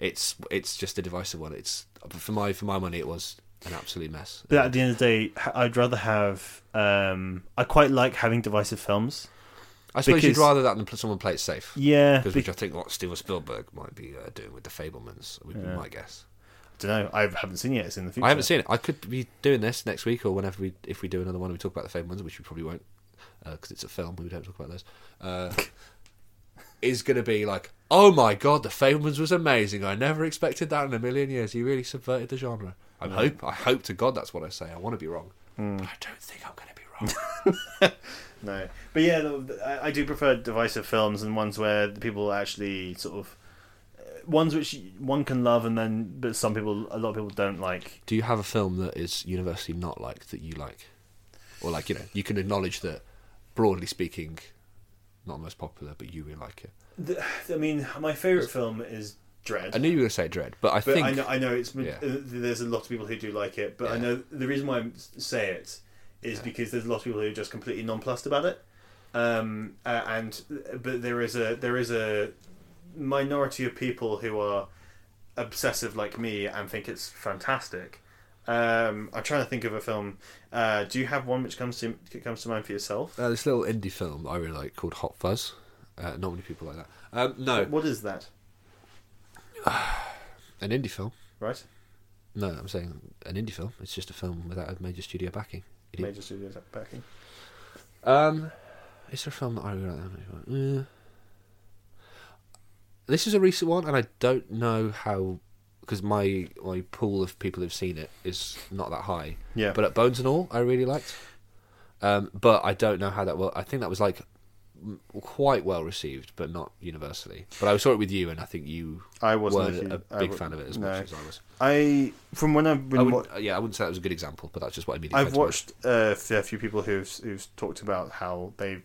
It's it's just a divisive one. It's for my for my money, it was an absolute mess. But at the end of the day, h- I'd rather have. Um, I quite like having divisive films. I suppose you'd because- rather that than pl- someone play it safe. Yeah, Because be- which I think what Steven Spielberg might be uh, doing with the Fablemans, would be my guess. don't know. I haven't seen it yet. It's in the future. I haven't seen it. I could be doing this next week or whenever we, if we do another one, and we talk about the Fablemans, which we probably won't, because it's a film. We don't talk about those. Uh, is going to be like, oh my god, the Fablemans was amazing. I never expected that in a million years. He really subverted the genre. I hope. I hope to God that's what I say. I want to be wrong, but I don't think I'm going to be wrong. No, but yeah, the- the- I, I do prefer divisive films and ones where the people actually sort of uh, ones which one can love and then but some people, a lot of people don't like. Do you have a film that is universally not like that you like, or like you know you can acknowledge that, broadly speaking, not the most popular, but you really like it? I mean, my favorite film is Dread. I knew you were going to say Dread, but I but think I know, I know it's Yeah. uh, there's a lot of people who do like it, but I Yeah. know the reason why I say it is because there's a lot of people who are just completely nonplussed about it. um, uh, and but there is a there is a minority of people who are obsessive like me and think it's fantastic. Um, I'm trying to think of a film. Uh, do you have one which comes to comes to mind for yourself? Uh, this little indie film I really like called Hot Fuzz. Uh, not many people like that. Um, no, What is that? an indie film. Right, No, I'm saying an indie film. It's just a film without a major studio backing. Idiot. major studios backing. Um, is there a film that I really like? Yeah. This is a recent one, and I don't know how because my my pool of people who've seen it is not that high. Yeah. But at Bones and All, I really liked. Um, but I don't know how that well. I think that was like m- quite well received, but not universally. But I saw it with you, and I think you I wasn't were a huge- a I big wa- fan of it as no. much as I was. I from when I've I been wa- wouldn't- yeah, I wouldn't say that was a good example, but that's just what I mean. I've watched uh, a fair few people who've who've talked about how they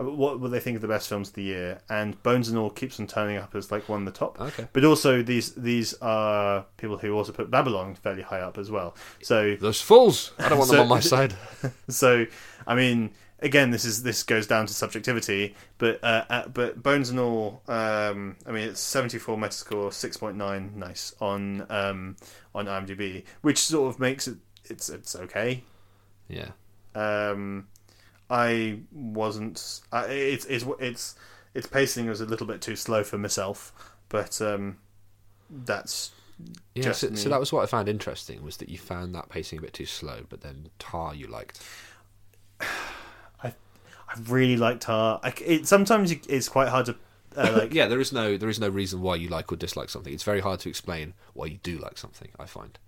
uh, what what they think are the best films of the year, and Bones and All keeps on turning up as like one of the top. Okay. But also these these are people who also put Babylon fairly high up as well. So Those fools! I don't want So- them on my side. so I mean, again, this is this goes down to subjectivity, but uh, uh, but Bones and all, um, I mean, it's seventy four Metascore, six point nine, nice on um, on IMDb, which sort of makes it it's it's okay. Yeah. Um, I wasn't. I, it's it's it's its pacing was a little bit too slow for myself, but um, that's Yeah, Just so, me. so that was what I found interesting was that you found that pacing a bit too slow, but then Tar you liked. I really liked her. I c it sometimes you, it's quite hard to uh, like yeah, there is no there is no reason why you like or dislike something. It's very hard to explain why you do like something. I find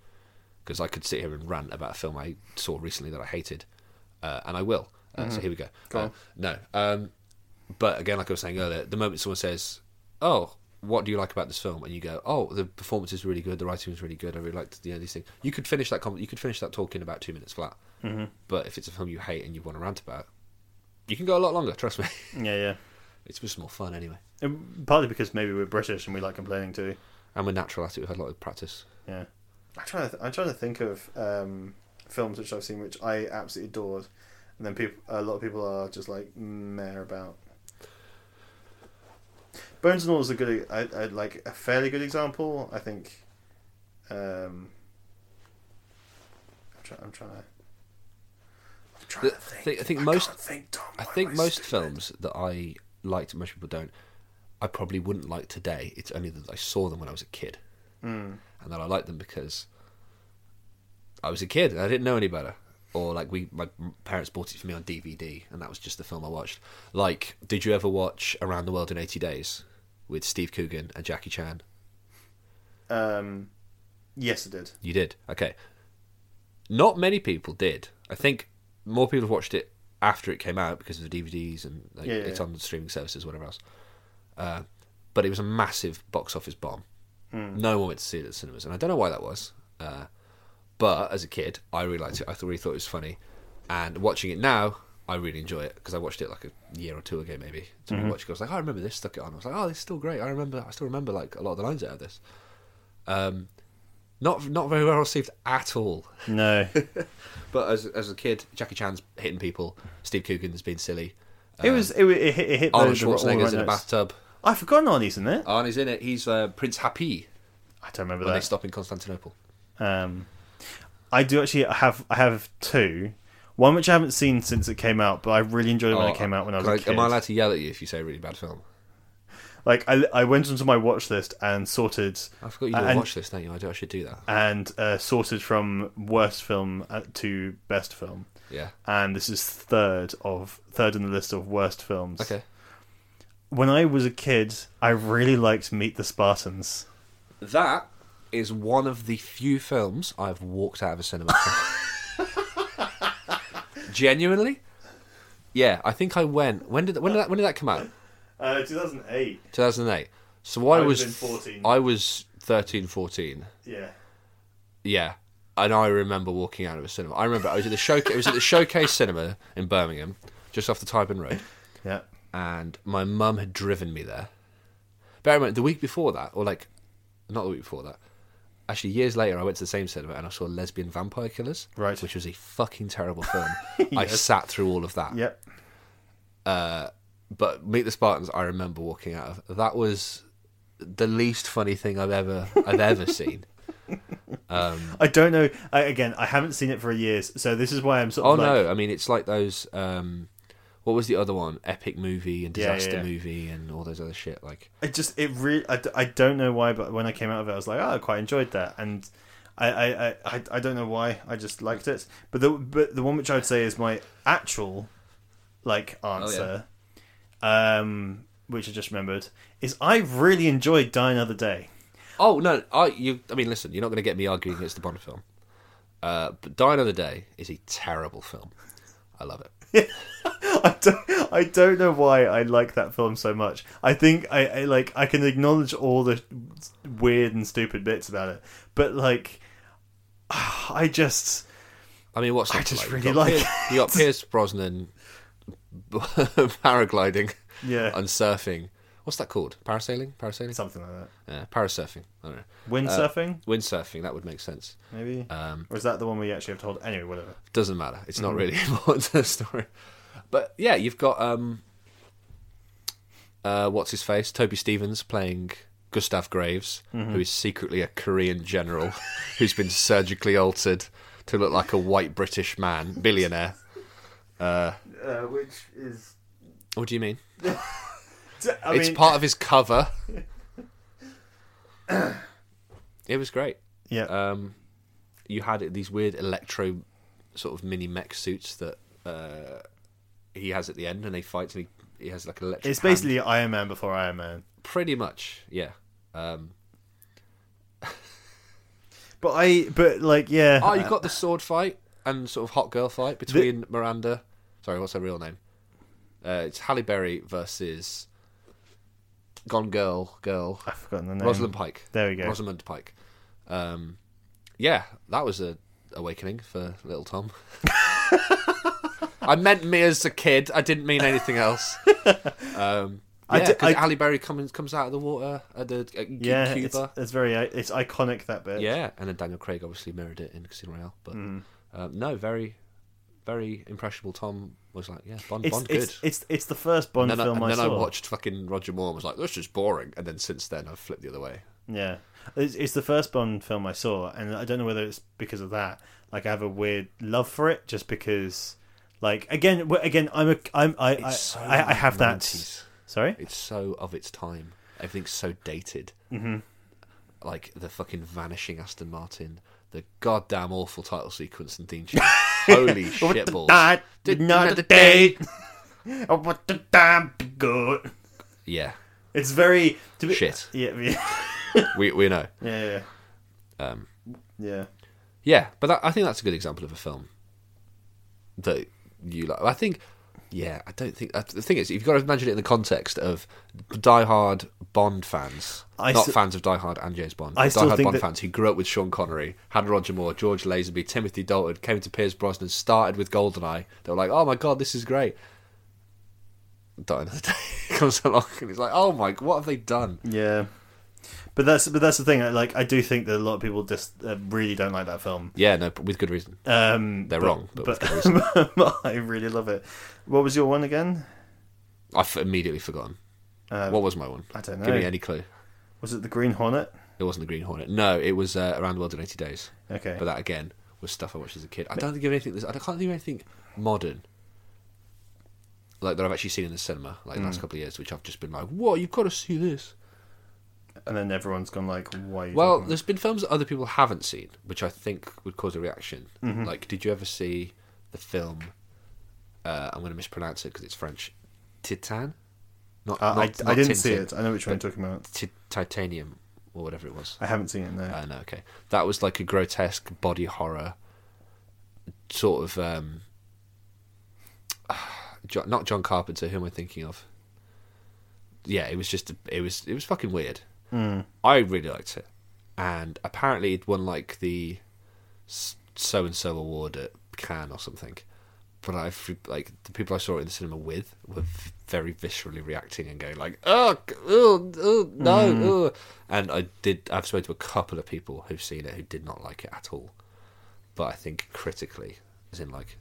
because I could sit here and rant about a film I saw recently that I hated, uh, and I will. Uh, So here we go. Uh, no, um, but again, like I was saying earlier, the moment someone says, "Oh, what do you like about this film?" and you go, "Oh, the performance is really good, the writing is really good, I really liked you know, these things," you could finish that com- you could finish that talk in about two minutes flat. Mm-hmm. But if it's a film you hate and you want to rant about, you can go a lot longer. Trust me, yeah yeah. it's just more fun anyway. And Partly because maybe we're British and we like complaining too. And we're natural at it. We've had a lot of practice. Yeah, I'm trying to th- I'm trying to think of um, films which I've seen which I absolutely adored, and then people a lot of people are just like "Mm, meh about. Bones and All is a good, I, I like a fairly good example. I think. Um, I'm, try, I'm trying to. I'm trying The- to think. thi- I think I most- can't think, Tom. I Why am think most stupid? films that I liked, most people don't, I probably wouldn't like today. It's only that I saw them when I was a kid. Mm. And that I liked them because I was a kid and I didn't know any better. Or like we, my parents bought it for me on DVD, and that was just the film I watched. Like, did you ever watch Around the World in Eighty Days with Steve Coogan and Jackie Chan? Um, yes, it did. You did. Okay. Not many people did. I think more people have watched it after it came out because of the DVDs and like, Yeah, yeah, it's yeah. on streaming services, whatever else. Uh, but it was a massive box office bomb. Hmm. No one went to see it at cinemas, and I don't know why that was. Uh, but as a kid, I really liked it. I th- really thought it was funny, and watching it now, I really enjoy it because I watched it like a year or two ago, maybe. To Mm-hmm. mm watch, it, I was like, "Oh, I remember this. Stuck it on. I was like, oh, this is still great. I remember. I still remember like a lot of the lines out of this. Um, not not very well received at all. No, But as as a kid, Jackie Chan's hitting people. Steve Coogan's been silly. it was it, wa- it hit. It hit Arnold the- the- all the Schwarzenegger's right in a notes. bathtub. I forgot Arnie's in it. Arnie's in it. He's uh, Prince Happy I don't remember when they that. stop in Constantinople. Um, I do actually have. I have two. One which I haven't seen since it came out, but I really enjoyed it when Oh, it came out when I was can a kid. Am I allowed to yell at you if you say a really bad film? Like I, I went onto my watch list and sorted I forgot you do a Uh, And- watch list, don't you? I, do, I should do that. and uh, sorted from worst film uh, to best film, Yeah. and this is third of third in the list of worst films. Okay. When I was a kid, I really liked Meet the Spartans. That is one of the few films I've walked out of a cinema. from. Genuinely. Yeah, I think I went. When did when did that when did that come out? Uh, 2008. 2008. So I, I was would've been 14. I was 13, 14. Yeah. Yeah. And I remember walking out of a cinema. I remember I was at the show. It was at the Showcase Cinema in Birmingham, just off the Tyburn Road, Yeah. and my mum had driven me there. Bear in mind, the week before that, or like, not the week before that, actually years later, I went to the same cinema and I saw Lesbian Vampire Killers, Right. which was a fucking terrible film. I sat through all of that. Yep. Uh, but Meet the Spartans, I remember walking out of. That was the least funny thing I've ever I've ever seen. I don't know. I, again, I haven't seen it for years, so this is why I'm sort Oh of like, no! I mean, it's like those. Um, what was the other one? Epic movie and Yeah, yeah, disaster yeah. movie and all those other shit. Like It just it really I, d- I don't know why, but when I came out of it, I was like, oh, I quite enjoyed that, and I I, I- I I don't know why I just liked it. But the but the one which I would say is my actual like answer, um, which I just remembered is I really enjoyed Die Another Day. Oh no, I you. I mean, listen, you're not going to get me arguing against the Bond film. Uh, but Die Another Day is a terrible film. I love it. I don't, I don't know why I like that film so much. I think I, I like I can acknowledge all the weird and stupid bits about it, but like I just. I mean, what's I not to just like? really you got like Piers, You got Pierce Brosnan paragliding, Yeah. and surfing. What's that called? Parasailing, parasailing, Something like that. yeah, parasurfing. I don't know. Windsurfing, Windsurfing. That would make sense. maybe? Um, or is that the one we actually have told? Anyway, whatever. doesn't matter. It's not really Mm-hmm. important to the story. But yeah, you've got um, uh, what's his face, Toby Stevens playing Gustav Graves, Mm-hmm. who is secretly a Korean general who's been surgically altered to look like a white British man billionaire. Uh, which is. What do you mean? I it's mean, part of his cover. it was great. yeah. um, you had these weird electro sort of mini mech suits that uh, he has at the end, and they fight. And he, he has like an electric. it's hand. basically Iron Man before Iron Man. pretty much, yeah. Um, But I. But, like, yeah. oh, you got the sword fight and sort of hot girl fight between Miranda. Sorry, what's her real name? Uh, it's Halle Berry versus Gone Girl girl Ah, I've forgotten the name. Rosalind Pike. Um, There we go. Rosamund Pike. Um, yeah, that was a awakening for little Tom. I meant me as a kid. I didn't mean anything else. Um, I yeah, di- because I- Halle Berry comes comes out of the water at the at Cu- Yeah, it's, Cuba. it's very. uh, It's iconic, that bit. Yeah, and then Daniel Craig obviously mirrored it in Casino Royale. But Mm. um, no, very, very impressionable. Tom was like, yeah, Bond, It's, Bond, good. it's, it's, it's the first Bond and then, I, film and I then I saw. watched fucking Roger Moore and was like, this is boring. And then since then, I've flipped the other way. Yeah, it's, it's the first Bond film I saw, and I don't know whether it's because of that. Like, I have a weird love for it, just because. Like again, w- again, I'm a, I'm, I, I, It's so I, I have that. 90s. Sorry, It's so of its time. Everything's so dated. Mm-hmm. Like the fucking vanishing Aston Martin, the goddamn awful title sequence and theme tune. Holy shitballs! That Did did not the not the date. I want the time to go. Yeah, It's very to be, Shit. Yeah, yeah, we we know. yeah, yeah. Um, yeah. yeah, but that, I think that's a good example of a film that you like. I think. Yeah, I don't think. uh, The thing is, you've got to imagine it in the context of die-hard Bond fans, I not still- fans of Die Hard and James Bond. I still die-hard think Bond that- fans who grew up with Sean Connery, had Roger Moore, George Lazenby, Timothy Dalton, came to Piers Brosnan, started with Goldeneye. They were like, "Oh my god, this is great." Die another day comes along and it's like, "Oh my, what have they done?" yeah. But that's but that's the thing. I- Like, I do think that a lot of people just uh, really don't like that film. Yeah, no, but with good reason. Um, They're but- wrong, but with good reason. but, I really love it. What was your one again? I've immediately forgotten. Uh, what was my one? I don't Give me know. any clue. Was it the Green Hornet? It wasn't the Green Hornet. No, it was uh, Around the World in 80 Days. Okay. But that, again, was stuff I watched as a kid. I don't think of anything... I can't think of anything modern. Like, that I've actually seen in the cinema, like, the Mm. last couple of years, which I've just been like, whoa, you've got to see this. and then everyone's gone like, "Why?" Are you Well, talking there's been films that other people haven't seen, which I think would cause a reaction. Mm-hmm. Like, did you ever see the film... Uh, I'm going to mispronounce it because it's French. Titan? Not, about?" Uh, not- I, I not didn't Tintin. see it. I know which one you're talking about. Ti- titanium, or whatever it was. I haven't seen it. No. Uh, no, okay. That was like a grotesque body horror sort of. Um, Jo- not John Carpenter. Who am I thinking of? Yeah, it was just it was it was fucking weird. I really liked it, and apparently it won like the so and so award at Cannes or something. But I f- like the people I saw it in the cinema with were v- very viscerally reacting and going like, "Oh, g- oh, oh no!" Mm. oh." And I did. I've spoken to a couple of people who've seen it who did not like it at all. But I think critically, as in like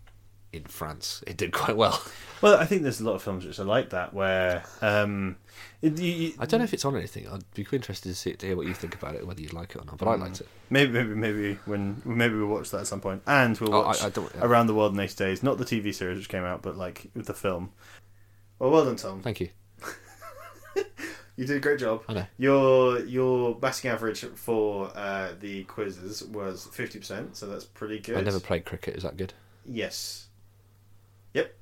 in France. It did quite well. Well, I think there's a lot of films which are like that where um, it, you, you- I don't know if it's on anything. I'd be quite interested to see to hear what you think about it, whether you like it or not. But I Mm. liked it. maybe maybe maybe when maybe we'll watch that at some point, and we'll Oh, I- watch I don't- yeah. Around the World in Eighty Days, not the TV series which came out, but like the film. Well, well done, Tom. Thank you. You did a great job. I know. Your your batting average for uh, the quizzes was fifty percent, so that's pretty good. I never played cricket. Is that good? Yes. Yep.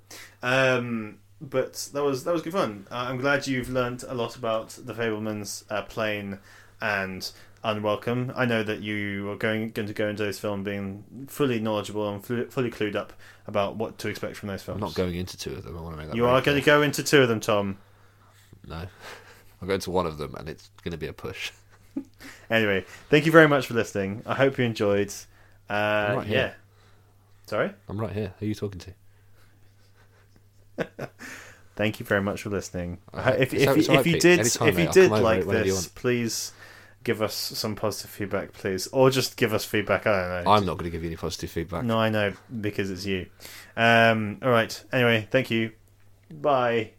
Um, but that was that was good fun. Uh, I'm glad you've learnt a lot about the Fableman's uh, plane and unwelcome. I know that you are going going to go into this film being fully knowledgeable and flu- fully clued up about what to expect from those films. I'm not going into two of them. I want to make that. You very are going to clear. go into two of them, Tom. No, I'm going to one of them, and it's going to be a push. Anyway, thank you very much for listening. I hope you enjoyed. Uh, right here. yeah. Sorry. I'm right here. Who are you talking to? Thank you very much for listening. Uh, if it's if, all- it's you- all if you right, did Pete. Anytime, if you mate. I'll come did over like whenever you this, want. please give us some positive feedback, please, or just give us feedback. I don't know. I'm not going to give you any positive feedback. no, I know because it's you. Um, all right. Anyway, thank you. Bye.